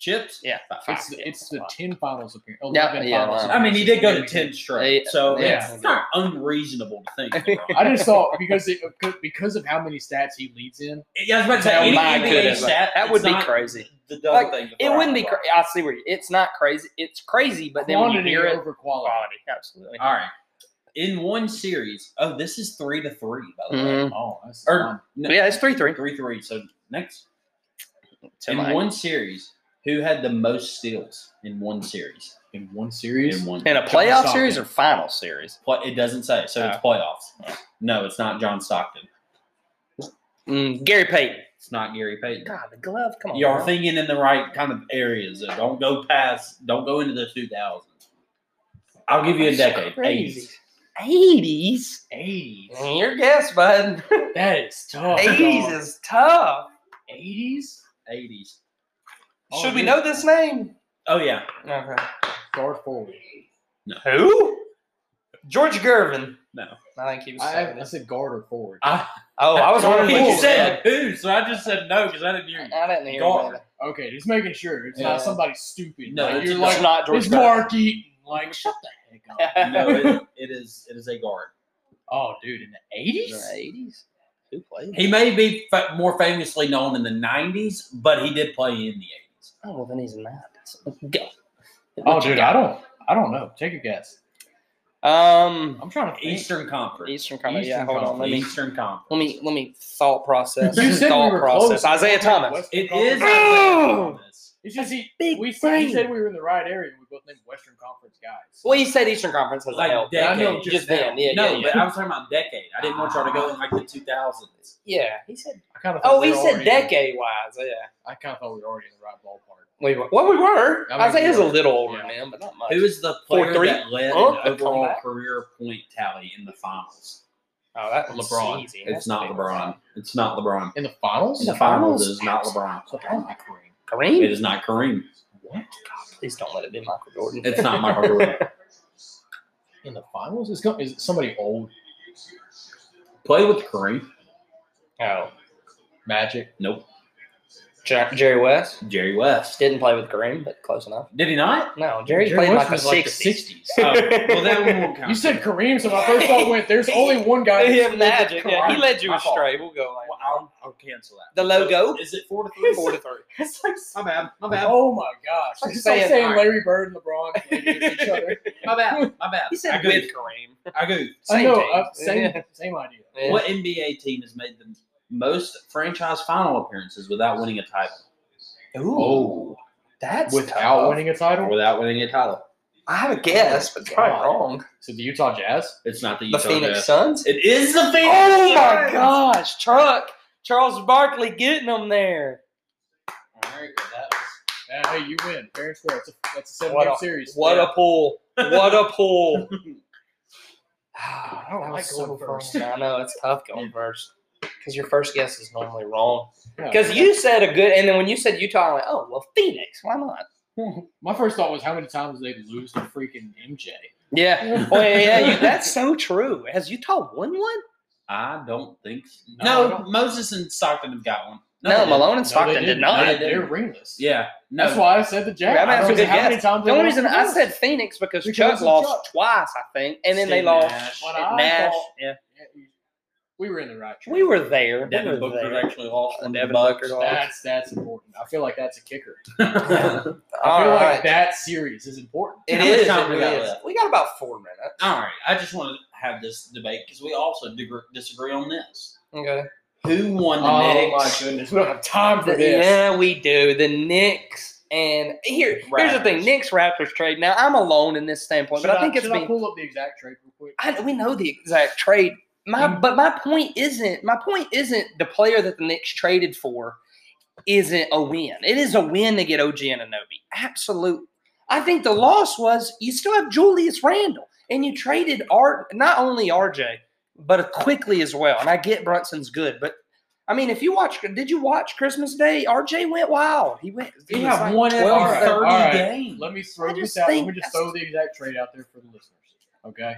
[SPEAKER 4] Chips.
[SPEAKER 2] Yeah, five.
[SPEAKER 3] It's, the- it's the ten finals appearance.
[SPEAKER 2] Yeah,
[SPEAKER 3] 11
[SPEAKER 2] yeah,
[SPEAKER 3] finals
[SPEAKER 2] wow.
[SPEAKER 4] I mean, he did go to
[SPEAKER 3] Maybe.
[SPEAKER 4] ten straight,
[SPEAKER 2] Yeah.
[SPEAKER 4] so
[SPEAKER 3] Yeah.
[SPEAKER 4] it's not unreasonable to think. LeBron.
[SPEAKER 3] I just thought because it, because of how many stats he leads in.
[SPEAKER 4] yeah, I was about to say,
[SPEAKER 2] Oh
[SPEAKER 4] any
[SPEAKER 2] my
[SPEAKER 4] NBA
[SPEAKER 2] goodness.
[SPEAKER 4] stat,
[SPEAKER 2] That
[SPEAKER 4] it's
[SPEAKER 2] would be
[SPEAKER 4] not
[SPEAKER 2] crazy.
[SPEAKER 4] The double
[SPEAKER 2] Like,
[SPEAKER 4] thing
[SPEAKER 2] It wouldn't be.
[SPEAKER 4] LeBron.
[SPEAKER 2] Cra- I see where you. It's not crazy. It's crazy, but then when you
[SPEAKER 3] quantity
[SPEAKER 2] hear it,
[SPEAKER 3] over quality.
[SPEAKER 2] quality. Absolutely.
[SPEAKER 4] All right. In one series, oh, this is three to three, by the way.
[SPEAKER 2] Mhm.
[SPEAKER 3] Oh, that's
[SPEAKER 4] Or
[SPEAKER 2] But
[SPEAKER 4] no,
[SPEAKER 2] Yeah, it's three three.
[SPEAKER 4] three three. So next
[SPEAKER 2] To
[SPEAKER 4] in
[SPEAKER 2] Mike.
[SPEAKER 4] one series, who had the most steals in one series?
[SPEAKER 3] in one series.
[SPEAKER 4] In one,
[SPEAKER 2] in a
[SPEAKER 3] John
[SPEAKER 2] playoff
[SPEAKER 3] Stockton.
[SPEAKER 2] series or final series.
[SPEAKER 4] What it doesn't say, so it's playoffs. No, it's not John Stockton.
[SPEAKER 2] Mm, Gary Payton.
[SPEAKER 4] It's not Gary Payton.
[SPEAKER 2] God, the glove. Come on.
[SPEAKER 4] You're
[SPEAKER 2] bro.
[SPEAKER 4] thinking in the right kind of areas. Though. Don't go past. Don't go into the 2000s. I'll give you a
[SPEAKER 2] That's
[SPEAKER 4] decade.
[SPEAKER 2] crazy.
[SPEAKER 4] 80s.
[SPEAKER 2] 80s.
[SPEAKER 3] Eighties.
[SPEAKER 2] Your guess, bud.
[SPEAKER 3] That is tough.
[SPEAKER 2] Eighties is tough.
[SPEAKER 3] Eighties.
[SPEAKER 4] 80s.
[SPEAKER 3] Oh,
[SPEAKER 2] Should we
[SPEAKER 3] dude.
[SPEAKER 2] know this name?
[SPEAKER 4] Oh yeah.
[SPEAKER 2] Okay.
[SPEAKER 3] Guard forward.
[SPEAKER 2] Who? George Gervin.
[SPEAKER 4] No.
[SPEAKER 2] I think he was.
[SPEAKER 3] I, I
[SPEAKER 2] 70s.
[SPEAKER 3] said guard or forward.
[SPEAKER 4] I,
[SPEAKER 2] oh, I was wondering what
[SPEAKER 4] you
[SPEAKER 2] you said.
[SPEAKER 4] said who, so I just said no because I didn't hear you.
[SPEAKER 2] I didn't hear
[SPEAKER 4] Guard.
[SPEAKER 2] that.
[SPEAKER 3] Okay, just making sure it's
[SPEAKER 2] Yeah.
[SPEAKER 3] not somebody stupid.
[SPEAKER 4] No,
[SPEAKER 3] No,
[SPEAKER 4] it's
[SPEAKER 3] you're
[SPEAKER 4] a
[SPEAKER 3] like
[SPEAKER 2] it's not George
[SPEAKER 3] it's
[SPEAKER 2] Gervin.
[SPEAKER 3] Mark Eaton. Like shut the heck up.
[SPEAKER 4] No, it, it is. It is a guard.
[SPEAKER 3] Oh, dude, in the eighties.
[SPEAKER 2] Eighties. Who played?
[SPEAKER 4] He may be fa- more famously known in the 90s, but he did play in the 80s.
[SPEAKER 2] Oh, well, then he's not. Go.
[SPEAKER 3] Oh, dude, I don't, I don't know. Take a guess.
[SPEAKER 2] Um,
[SPEAKER 3] I'm trying to think.
[SPEAKER 4] Eastern Conference.
[SPEAKER 2] Eastern Conference. Yeah,
[SPEAKER 3] Eastern
[SPEAKER 2] hold on. Let me.
[SPEAKER 4] Eastern Conference.
[SPEAKER 2] Let me. Let me thought process.
[SPEAKER 3] You said we
[SPEAKER 2] thought
[SPEAKER 3] were
[SPEAKER 2] process.
[SPEAKER 3] close.
[SPEAKER 2] Isaiah Thomas.
[SPEAKER 3] Western
[SPEAKER 4] It
[SPEAKER 3] Conference.
[SPEAKER 4] is.
[SPEAKER 2] Oh!
[SPEAKER 3] It's just he.
[SPEAKER 2] Big
[SPEAKER 3] We said, he
[SPEAKER 2] brain.
[SPEAKER 3] said we were in the right area. and We both named Western Conference guys.
[SPEAKER 2] Well, you said Eastern Conference has a
[SPEAKER 4] Like
[SPEAKER 2] help.
[SPEAKER 4] decade.
[SPEAKER 3] I know
[SPEAKER 2] just, then. Yeah,
[SPEAKER 4] no,
[SPEAKER 2] yeah,
[SPEAKER 4] but
[SPEAKER 2] yeah.
[SPEAKER 4] I was talking about decade. I didn't want y'all to go in like the 2000s.
[SPEAKER 2] yeah. He said.
[SPEAKER 3] I kind of.
[SPEAKER 2] Oh, he said decade wise. Yeah.
[SPEAKER 3] I kind of thought we were already in the right ballpark.
[SPEAKER 2] We were. Well, we were.
[SPEAKER 3] I mean,
[SPEAKER 2] Isaiah is a
[SPEAKER 3] we were.
[SPEAKER 2] little older,
[SPEAKER 3] Yeah.
[SPEAKER 2] man, but not much.
[SPEAKER 4] Who is the
[SPEAKER 2] Four,
[SPEAKER 4] player
[SPEAKER 2] three?
[SPEAKER 4] that led
[SPEAKER 2] Oh,
[SPEAKER 4] an
[SPEAKER 2] good
[SPEAKER 4] overall
[SPEAKER 2] comeback.
[SPEAKER 4] career point tally in the finals?
[SPEAKER 2] oh, that was
[SPEAKER 3] LeBron.
[SPEAKER 2] Easy.
[SPEAKER 4] It's not LeBron. It's not LBron.
[SPEAKER 3] In the finals.
[SPEAKER 4] In the
[SPEAKER 2] finals?
[SPEAKER 4] finals, hmm. it is not LeBron.
[SPEAKER 3] So how did I agree?
[SPEAKER 2] Kareem.
[SPEAKER 4] It is not Kareem.
[SPEAKER 3] What?
[SPEAKER 2] Please don't let it be Michael Jordan.
[SPEAKER 4] It's not Michael Jordan.
[SPEAKER 3] In the finals? Is, go- is it somebody old?
[SPEAKER 4] Play with Kareem.
[SPEAKER 2] Oh,
[SPEAKER 3] Magic.
[SPEAKER 4] Nope.
[SPEAKER 2] Jer- Jerry West
[SPEAKER 4] Jerry West.
[SPEAKER 2] didn't play with Kareem, but close enough.
[SPEAKER 1] Did he not?
[SPEAKER 2] No, Jerry,
[SPEAKER 3] Jerry
[SPEAKER 2] played in
[SPEAKER 3] West
[SPEAKER 2] like the
[SPEAKER 3] was like the
[SPEAKER 2] sixties.
[SPEAKER 4] Oh, well, that one won't count.
[SPEAKER 3] You said Kareem, so my first thought went, there's only one guy. that's good at
[SPEAKER 2] Magic. Yeah, he
[SPEAKER 3] karate.
[SPEAKER 2] led you
[SPEAKER 4] My fault.
[SPEAKER 2] astray. We'll go.
[SPEAKER 4] Well,
[SPEAKER 2] Like
[SPEAKER 4] I'll, I'll cancel that.
[SPEAKER 2] The logo?
[SPEAKER 4] Is it four to three?
[SPEAKER 2] four to three.
[SPEAKER 3] It's like,
[SPEAKER 4] My bad. My bad.
[SPEAKER 3] oh my gosh.
[SPEAKER 2] like
[SPEAKER 3] It's like
[SPEAKER 2] saying-
[SPEAKER 3] saying Larry Bird and LeBron played against each other.
[SPEAKER 4] My bad. My bad.
[SPEAKER 2] He
[SPEAKER 4] I
[SPEAKER 2] said
[SPEAKER 4] go.
[SPEAKER 2] with Kareem.
[SPEAKER 4] I go.
[SPEAKER 3] I
[SPEAKER 2] Same
[SPEAKER 3] know,
[SPEAKER 2] team.
[SPEAKER 3] uh, same,
[SPEAKER 2] Yeah.
[SPEAKER 3] same idea.
[SPEAKER 2] Yeah.
[SPEAKER 4] What NBA team has made the most franchise final appearances without winning a title?
[SPEAKER 2] Ooh, Oh, that's
[SPEAKER 3] Without
[SPEAKER 2] tough.
[SPEAKER 3] winning a title?
[SPEAKER 4] Without winning a title,
[SPEAKER 2] I have a guess, but it's probably
[SPEAKER 3] God.
[SPEAKER 2] wrong.
[SPEAKER 3] To the Utah Jazz?
[SPEAKER 4] it's not the
[SPEAKER 2] The
[SPEAKER 4] Utah
[SPEAKER 2] Phoenix
[SPEAKER 4] Jazz.
[SPEAKER 2] Suns.
[SPEAKER 4] It is the Phoenix.
[SPEAKER 2] Oh my
[SPEAKER 4] Suns!
[SPEAKER 2] gosh, truck. Charles Barkley getting them there.
[SPEAKER 4] All right, well, that was-
[SPEAKER 3] Yeah, hey, you win. Fair and square. It's a, that's a seven
[SPEAKER 2] What
[SPEAKER 3] game
[SPEAKER 2] a-
[SPEAKER 3] series.
[SPEAKER 2] What a pull. What a pull.
[SPEAKER 3] I don't like going first.
[SPEAKER 2] I know it's tough going first because your first guess is normally wrong.
[SPEAKER 3] Yeah.
[SPEAKER 2] Because you said a good, and then when you said Utah, I'm like, oh well, Phoenix, why not?
[SPEAKER 3] My first thought was how many times did they lose to freaking MJ?
[SPEAKER 2] Yeah, oh, yeah, yeah, you- that's so true. Has Utah won one?
[SPEAKER 4] I don't think. So.
[SPEAKER 3] No,
[SPEAKER 4] No,
[SPEAKER 3] I don't-
[SPEAKER 4] Moses and Stockton have got one. they
[SPEAKER 2] No,
[SPEAKER 4] didn't.
[SPEAKER 2] Malone and
[SPEAKER 3] they
[SPEAKER 2] Stockton did
[SPEAKER 3] didn't.
[SPEAKER 2] not.
[SPEAKER 4] No,
[SPEAKER 3] They-
[SPEAKER 4] they didn't.
[SPEAKER 3] They're ringless.
[SPEAKER 4] Yeah, no.
[SPEAKER 3] That's why I said the Jazz.
[SPEAKER 2] Yeah, I mean, that's a
[SPEAKER 3] Because
[SPEAKER 2] good
[SPEAKER 3] how many
[SPEAKER 2] guess. The
[SPEAKER 3] times they
[SPEAKER 2] only
[SPEAKER 3] lost
[SPEAKER 2] reason
[SPEAKER 3] to
[SPEAKER 2] I
[SPEAKER 3] Jazz?
[SPEAKER 2] said Phoenix because,
[SPEAKER 3] Because
[SPEAKER 2] Chuck
[SPEAKER 3] of
[SPEAKER 2] lost
[SPEAKER 3] Chuck.
[SPEAKER 2] twice, I think, and then they
[SPEAKER 4] Steve
[SPEAKER 2] lost
[SPEAKER 4] Nash.
[SPEAKER 3] What
[SPEAKER 2] at
[SPEAKER 3] I
[SPEAKER 2] Nash.
[SPEAKER 3] thought-
[SPEAKER 4] Yeah.
[SPEAKER 3] We were in the right track.
[SPEAKER 2] We were there. We
[SPEAKER 4] Devin
[SPEAKER 2] were
[SPEAKER 4] Booker
[SPEAKER 2] there.
[SPEAKER 4] actually lost one.
[SPEAKER 2] Devin Booker lost.
[SPEAKER 3] That's that's important. I feel like that's a kicker.
[SPEAKER 4] All
[SPEAKER 3] I
[SPEAKER 2] All
[SPEAKER 3] feel
[SPEAKER 2] right.
[SPEAKER 3] like that series is important.
[SPEAKER 2] It
[SPEAKER 4] How much
[SPEAKER 2] is.
[SPEAKER 4] time
[SPEAKER 2] it
[SPEAKER 4] we
[SPEAKER 2] really
[SPEAKER 4] got
[SPEAKER 2] is.
[SPEAKER 4] left?
[SPEAKER 2] We got about four minutes.
[SPEAKER 3] Uh-huh.
[SPEAKER 4] right, I just want to have this debate because we also dig- disagree on this.
[SPEAKER 2] Okay.
[SPEAKER 4] Who won the
[SPEAKER 3] oh
[SPEAKER 4] Knicks?
[SPEAKER 3] my goodness, we don't have time for this.
[SPEAKER 2] Yeah, we do. The Knicks and here. Here's the
[SPEAKER 4] Raptors.
[SPEAKER 2] thing: Knicks Raptors trade. Now I'm alone in this standpoint,
[SPEAKER 3] Should
[SPEAKER 2] but I think it's
[SPEAKER 3] should I
[SPEAKER 2] been.
[SPEAKER 3] pull up the exact trade real quick.
[SPEAKER 2] I, we know the exact trade. My
[SPEAKER 1] Mm-hmm.
[SPEAKER 3] Mm.
[SPEAKER 2] but my point isn't my point isn't the player that the Knicks traded for isn't a win. It is a win to get OG Ananobi. Absolutely. I think the loss was you still have Julius Randle and you traded R not only RJ, but quickly as well. And I get Brunson's good, but I mean, if you watch, did you watch Christmas Day? RJ went wild. He went. he
[SPEAKER 1] You
[SPEAKER 2] was
[SPEAKER 1] have
[SPEAKER 2] like-
[SPEAKER 1] one
[SPEAKER 3] All
[SPEAKER 1] every
[SPEAKER 3] right,
[SPEAKER 1] thirty
[SPEAKER 3] all right.
[SPEAKER 1] games.
[SPEAKER 3] Let me throw
[SPEAKER 2] I
[SPEAKER 3] this
[SPEAKER 2] just
[SPEAKER 3] out. Let
[SPEAKER 2] think
[SPEAKER 3] me
[SPEAKER 2] that's-
[SPEAKER 3] just throw the exact trade out there for the listeners. Okay.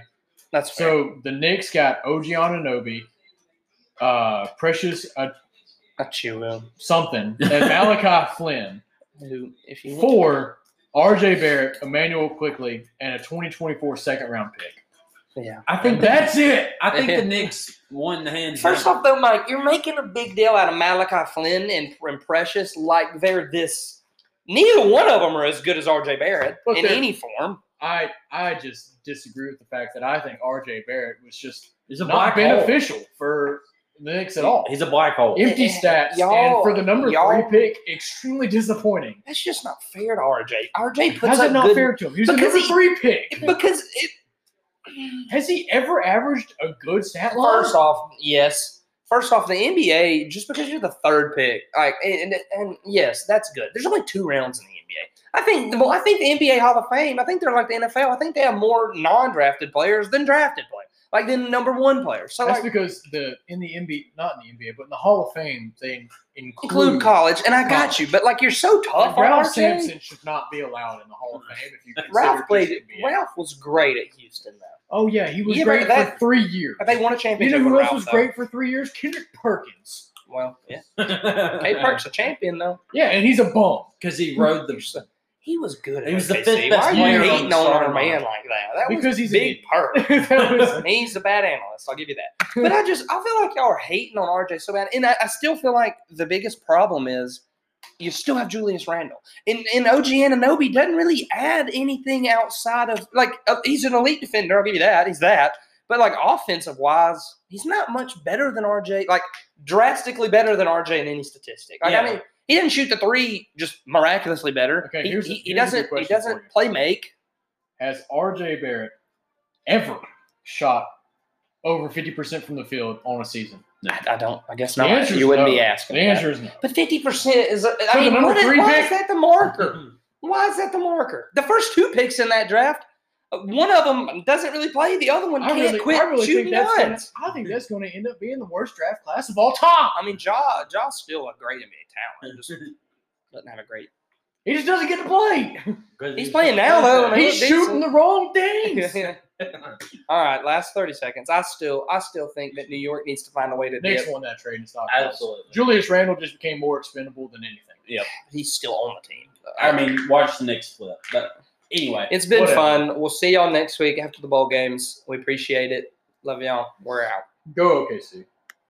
[SPEAKER 2] That's fair.
[SPEAKER 3] So the Knicks got OG Ananobi, uh, Precious uh,
[SPEAKER 2] I chew him.
[SPEAKER 3] something, and Malachi Flynn
[SPEAKER 2] Who, if you want-
[SPEAKER 3] for RJ Barrett, Emmanuel Quickly, and a 2024 second round pick.
[SPEAKER 2] yeah.
[SPEAKER 4] I
[SPEAKER 3] And
[SPEAKER 4] think that
[SPEAKER 3] that's it.
[SPEAKER 4] I think the Knicks won the hands.
[SPEAKER 2] First
[SPEAKER 4] down.
[SPEAKER 2] off, though, Mike, you're making a big deal out of Malachi Flynn and, and Precious like they're this. Neither one of them are as good as RJ Barrett
[SPEAKER 3] Look,
[SPEAKER 2] in
[SPEAKER 3] they're-
[SPEAKER 2] any form.
[SPEAKER 3] I I just disagree with the fact that I think RJ Barrett was just
[SPEAKER 4] he's a
[SPEAKER 3] not
[SPEAKER 4] black hole.
[SPEAKER 3] beneficial for the Knicks at all.
[SPEAKER 4] He's a black hole.
[SPEAKER 3] Empty
[SPEAKER 2] Yeah,
[SPEAKER 3] stats and
[SPEAKER 2] y'all-
[SPEAKER 3] for the number three
[SPEAKER 2] y'all-
[SPEAKER 3] pick, extremely disappointing.
[SPEAKER 2] That's just not fair to RJ. RJ puts
[SPEAKER 3] How's
[SPEAKER 2] up
[SPEAKER 3] that not
[SPEAKER 2] good
[SPEAKER 3] fair to him? He's the
[SPEAKER 2] because
[SPEAKER 3] number
[SPEAKER 2] he-
[SPEAKER 3] three pick.
[SPEAKER 2] because it,
[SPEAKER 3] Has he ever averaged a good stat line?
[SPEAKER 2] first off, yes. First off, the NBA just because you're the third pick, like and, and- and yes, that's good. There's only two rounds in the NBA. I think well, I think the NBA Hall of Fame. I think they're like the NFL. I think they have more non-drafted players than drafted players, like than number one players. So
[SPEAKER 3] That's
[SPEAKER 2] like,
[SPEAKER 3] because the in the NBA, not in the NBA, but in the Hall of Fame, they include,
[SPEAKER 2] include college, and I got you. But like, you're so
[SPEAKER 3] Like,
[SPEAKER 2] tough on
[SPEAKER 3] Ralph
[SPEAKER 2] RJ.
[SPEAKER 3] Sampson should not be allowed in the Hall of Fame if you consider
[SPEAKER 2] Ralph
[SPEAKER 3] just
[SPEAKER 2] played.
[SPEAKER 3] NBA.
[SPEAKER 2] Ralph was great at Houston, though.
[SPEAKER 3] Oh yeah, he was
[SPEAKER 2] Yeah, but
[SPEAKER 3] great for
[SPEAKER 2] that-
[SPEAKER 3] three years.
[SPEAKER 2] They won a
[SPEAKER 3] You
[SPEAKER 2] championship.
[SPEAKER 3] know who
[SPEAKER 2] with
[SPEAKER 3] else
[SPEAKER 2] Ralph,
[SPEAKER 3] was
[SPEAKER 2] though.
[SPEAKER 3] great for three years? Kendrick Perkins.
[SPEAKER 2] Well, yeah. K.
[SPEAKER 4] Because
[SPEAKER 2] Perk's a champion, though.
[SPEAKER 3] Yeah, and he's a bum.
[SPEAKER 4] he rode the
[SPEAKER 2] He was good. At
[SPEAKER 4] He was the
[SPEAKER 2] OKC.
[SPEAKER 4] fifth best
[SPEAKER 2] Why are
[SPEAKER 3] player
[SPEAKER 2] you
[SPEAKER 3] on
[SPEAKER 2] hating
[SPEAKER 4] the
[SPEAKER 2] on our
[SPEAKER 4] starting
[SPEAKER 2] man
[SPEAKER 4] lineup.
[SPEAKER 2] like that? That was
[SPEAKER 3] Because he's an
[SPEAKER 2] big perk.
[SPEAKER 3] that was
[SPEAKER 2] He's a bad analyst. I'll give you that. But I just I feel like y'all are hating on RJ so bad, and I, I still feel like the biggest problem is you still have Julius Randle, and and OG Ananobi doesn't really add anything outside of like uh, he's an elite defender. I'll give you that. He's that. But like offensive wise, he's not much better than RJ. Like drastically better than RJ in any statistic. Like
[SPEAKER 4] Yeah.
[SPEAKER 2] I mean, he didn't shoot the three just miraculously better.
[SPEAKER 3] Okay,
[SPEAKER 2] he,
[SPEAKER 3] here's a-
[SPEAKER 2] he, he
[SPEAKER 3] here's
[SPEAKER 2] doesn't.
[SPEAKER 3] a good
[SPEAKER 2] He
[SPEAKER 3] question for
[SPEAKER 2] doesn't
[SPEAKER 3] you.
[SPEAKER 2] play make.
[SPEAKER 3] has RJ Barrett ever shot over 50% from the field on a season?
[SPEAKER 2] I, I don't. I guess
[SPEAKER 3] The
[SPEAKER 2] not.
[SPEAKER 3] answer is
[SPEAKER 2] You wouldn't
[SPEAKER 3] no.
[SPEAKER 2] be asking.
[SPEAKER 3] The
[SPEAKER 2] that.
[SPEAKER 3] answer is no.
[SPEAKER 2] But fifty percent is. I
[SPEAKER 3] So the
[SPEAKER 2] mean,
[SPEAKER 3] number
[SPEAKER 2] what is,
[SPEAKER 3] three
[SPEAKER 2] why
[SPEAKER 3] pick-
[SPEAKER 2] is that the marker? Why is that the marker? The first two picks in that draft, uh, one of them doesn't really play. The other one
[SPEAKER 3] I
[SPEAKER 2] can't
[SPEAKER 3] really,
[SPEAKER 2] quit
[SPEAKER 3] I really think
[SPEAKER 2] shooting
[SPEAKER 3] that's gonna,
[SPEAKER 2] guns.
[SPEAKER 3] I think that's going to end up being the worst draft class of all time.
[SPEAKER 2] I mean, Jaw Jaw's still a great NBA talent. Just doesn't have a great.
[SPEAKER 3] He just doesn't get to play.
[SPEAKER 2] He's playing now, though, and
[SPEAKER 3] He's
[SPEAKER 2] He's
[SPEAKER 3] shooting the wrong things.
[SPEAKER 2] All right, last thirty seconds. I still, I still think that New York needs to find a way to.
[SPEAKER 3] Knicks
[SPEAKER 2] dip.
[SPEAKER 3] won that trade and stopped.
[SPEAKER 4] Absolutely.
[SPEAKER 3] Julius Randle just became more expendable than anything.
[SPEAKER 1] Yep.
[SPEAKER 2] he's still on the team.
[SPEAKER 4] I mean, watch the Knicks flip. But anyway,
[SPEAKER 2] It's been
[SPEAKER 3] Whatever.
[SPEAKER 2] fun. We'll see y'all next week after the bowl games. We appreciate it. Love y'all. We're out.
[SPEAKER 3] Go OKC.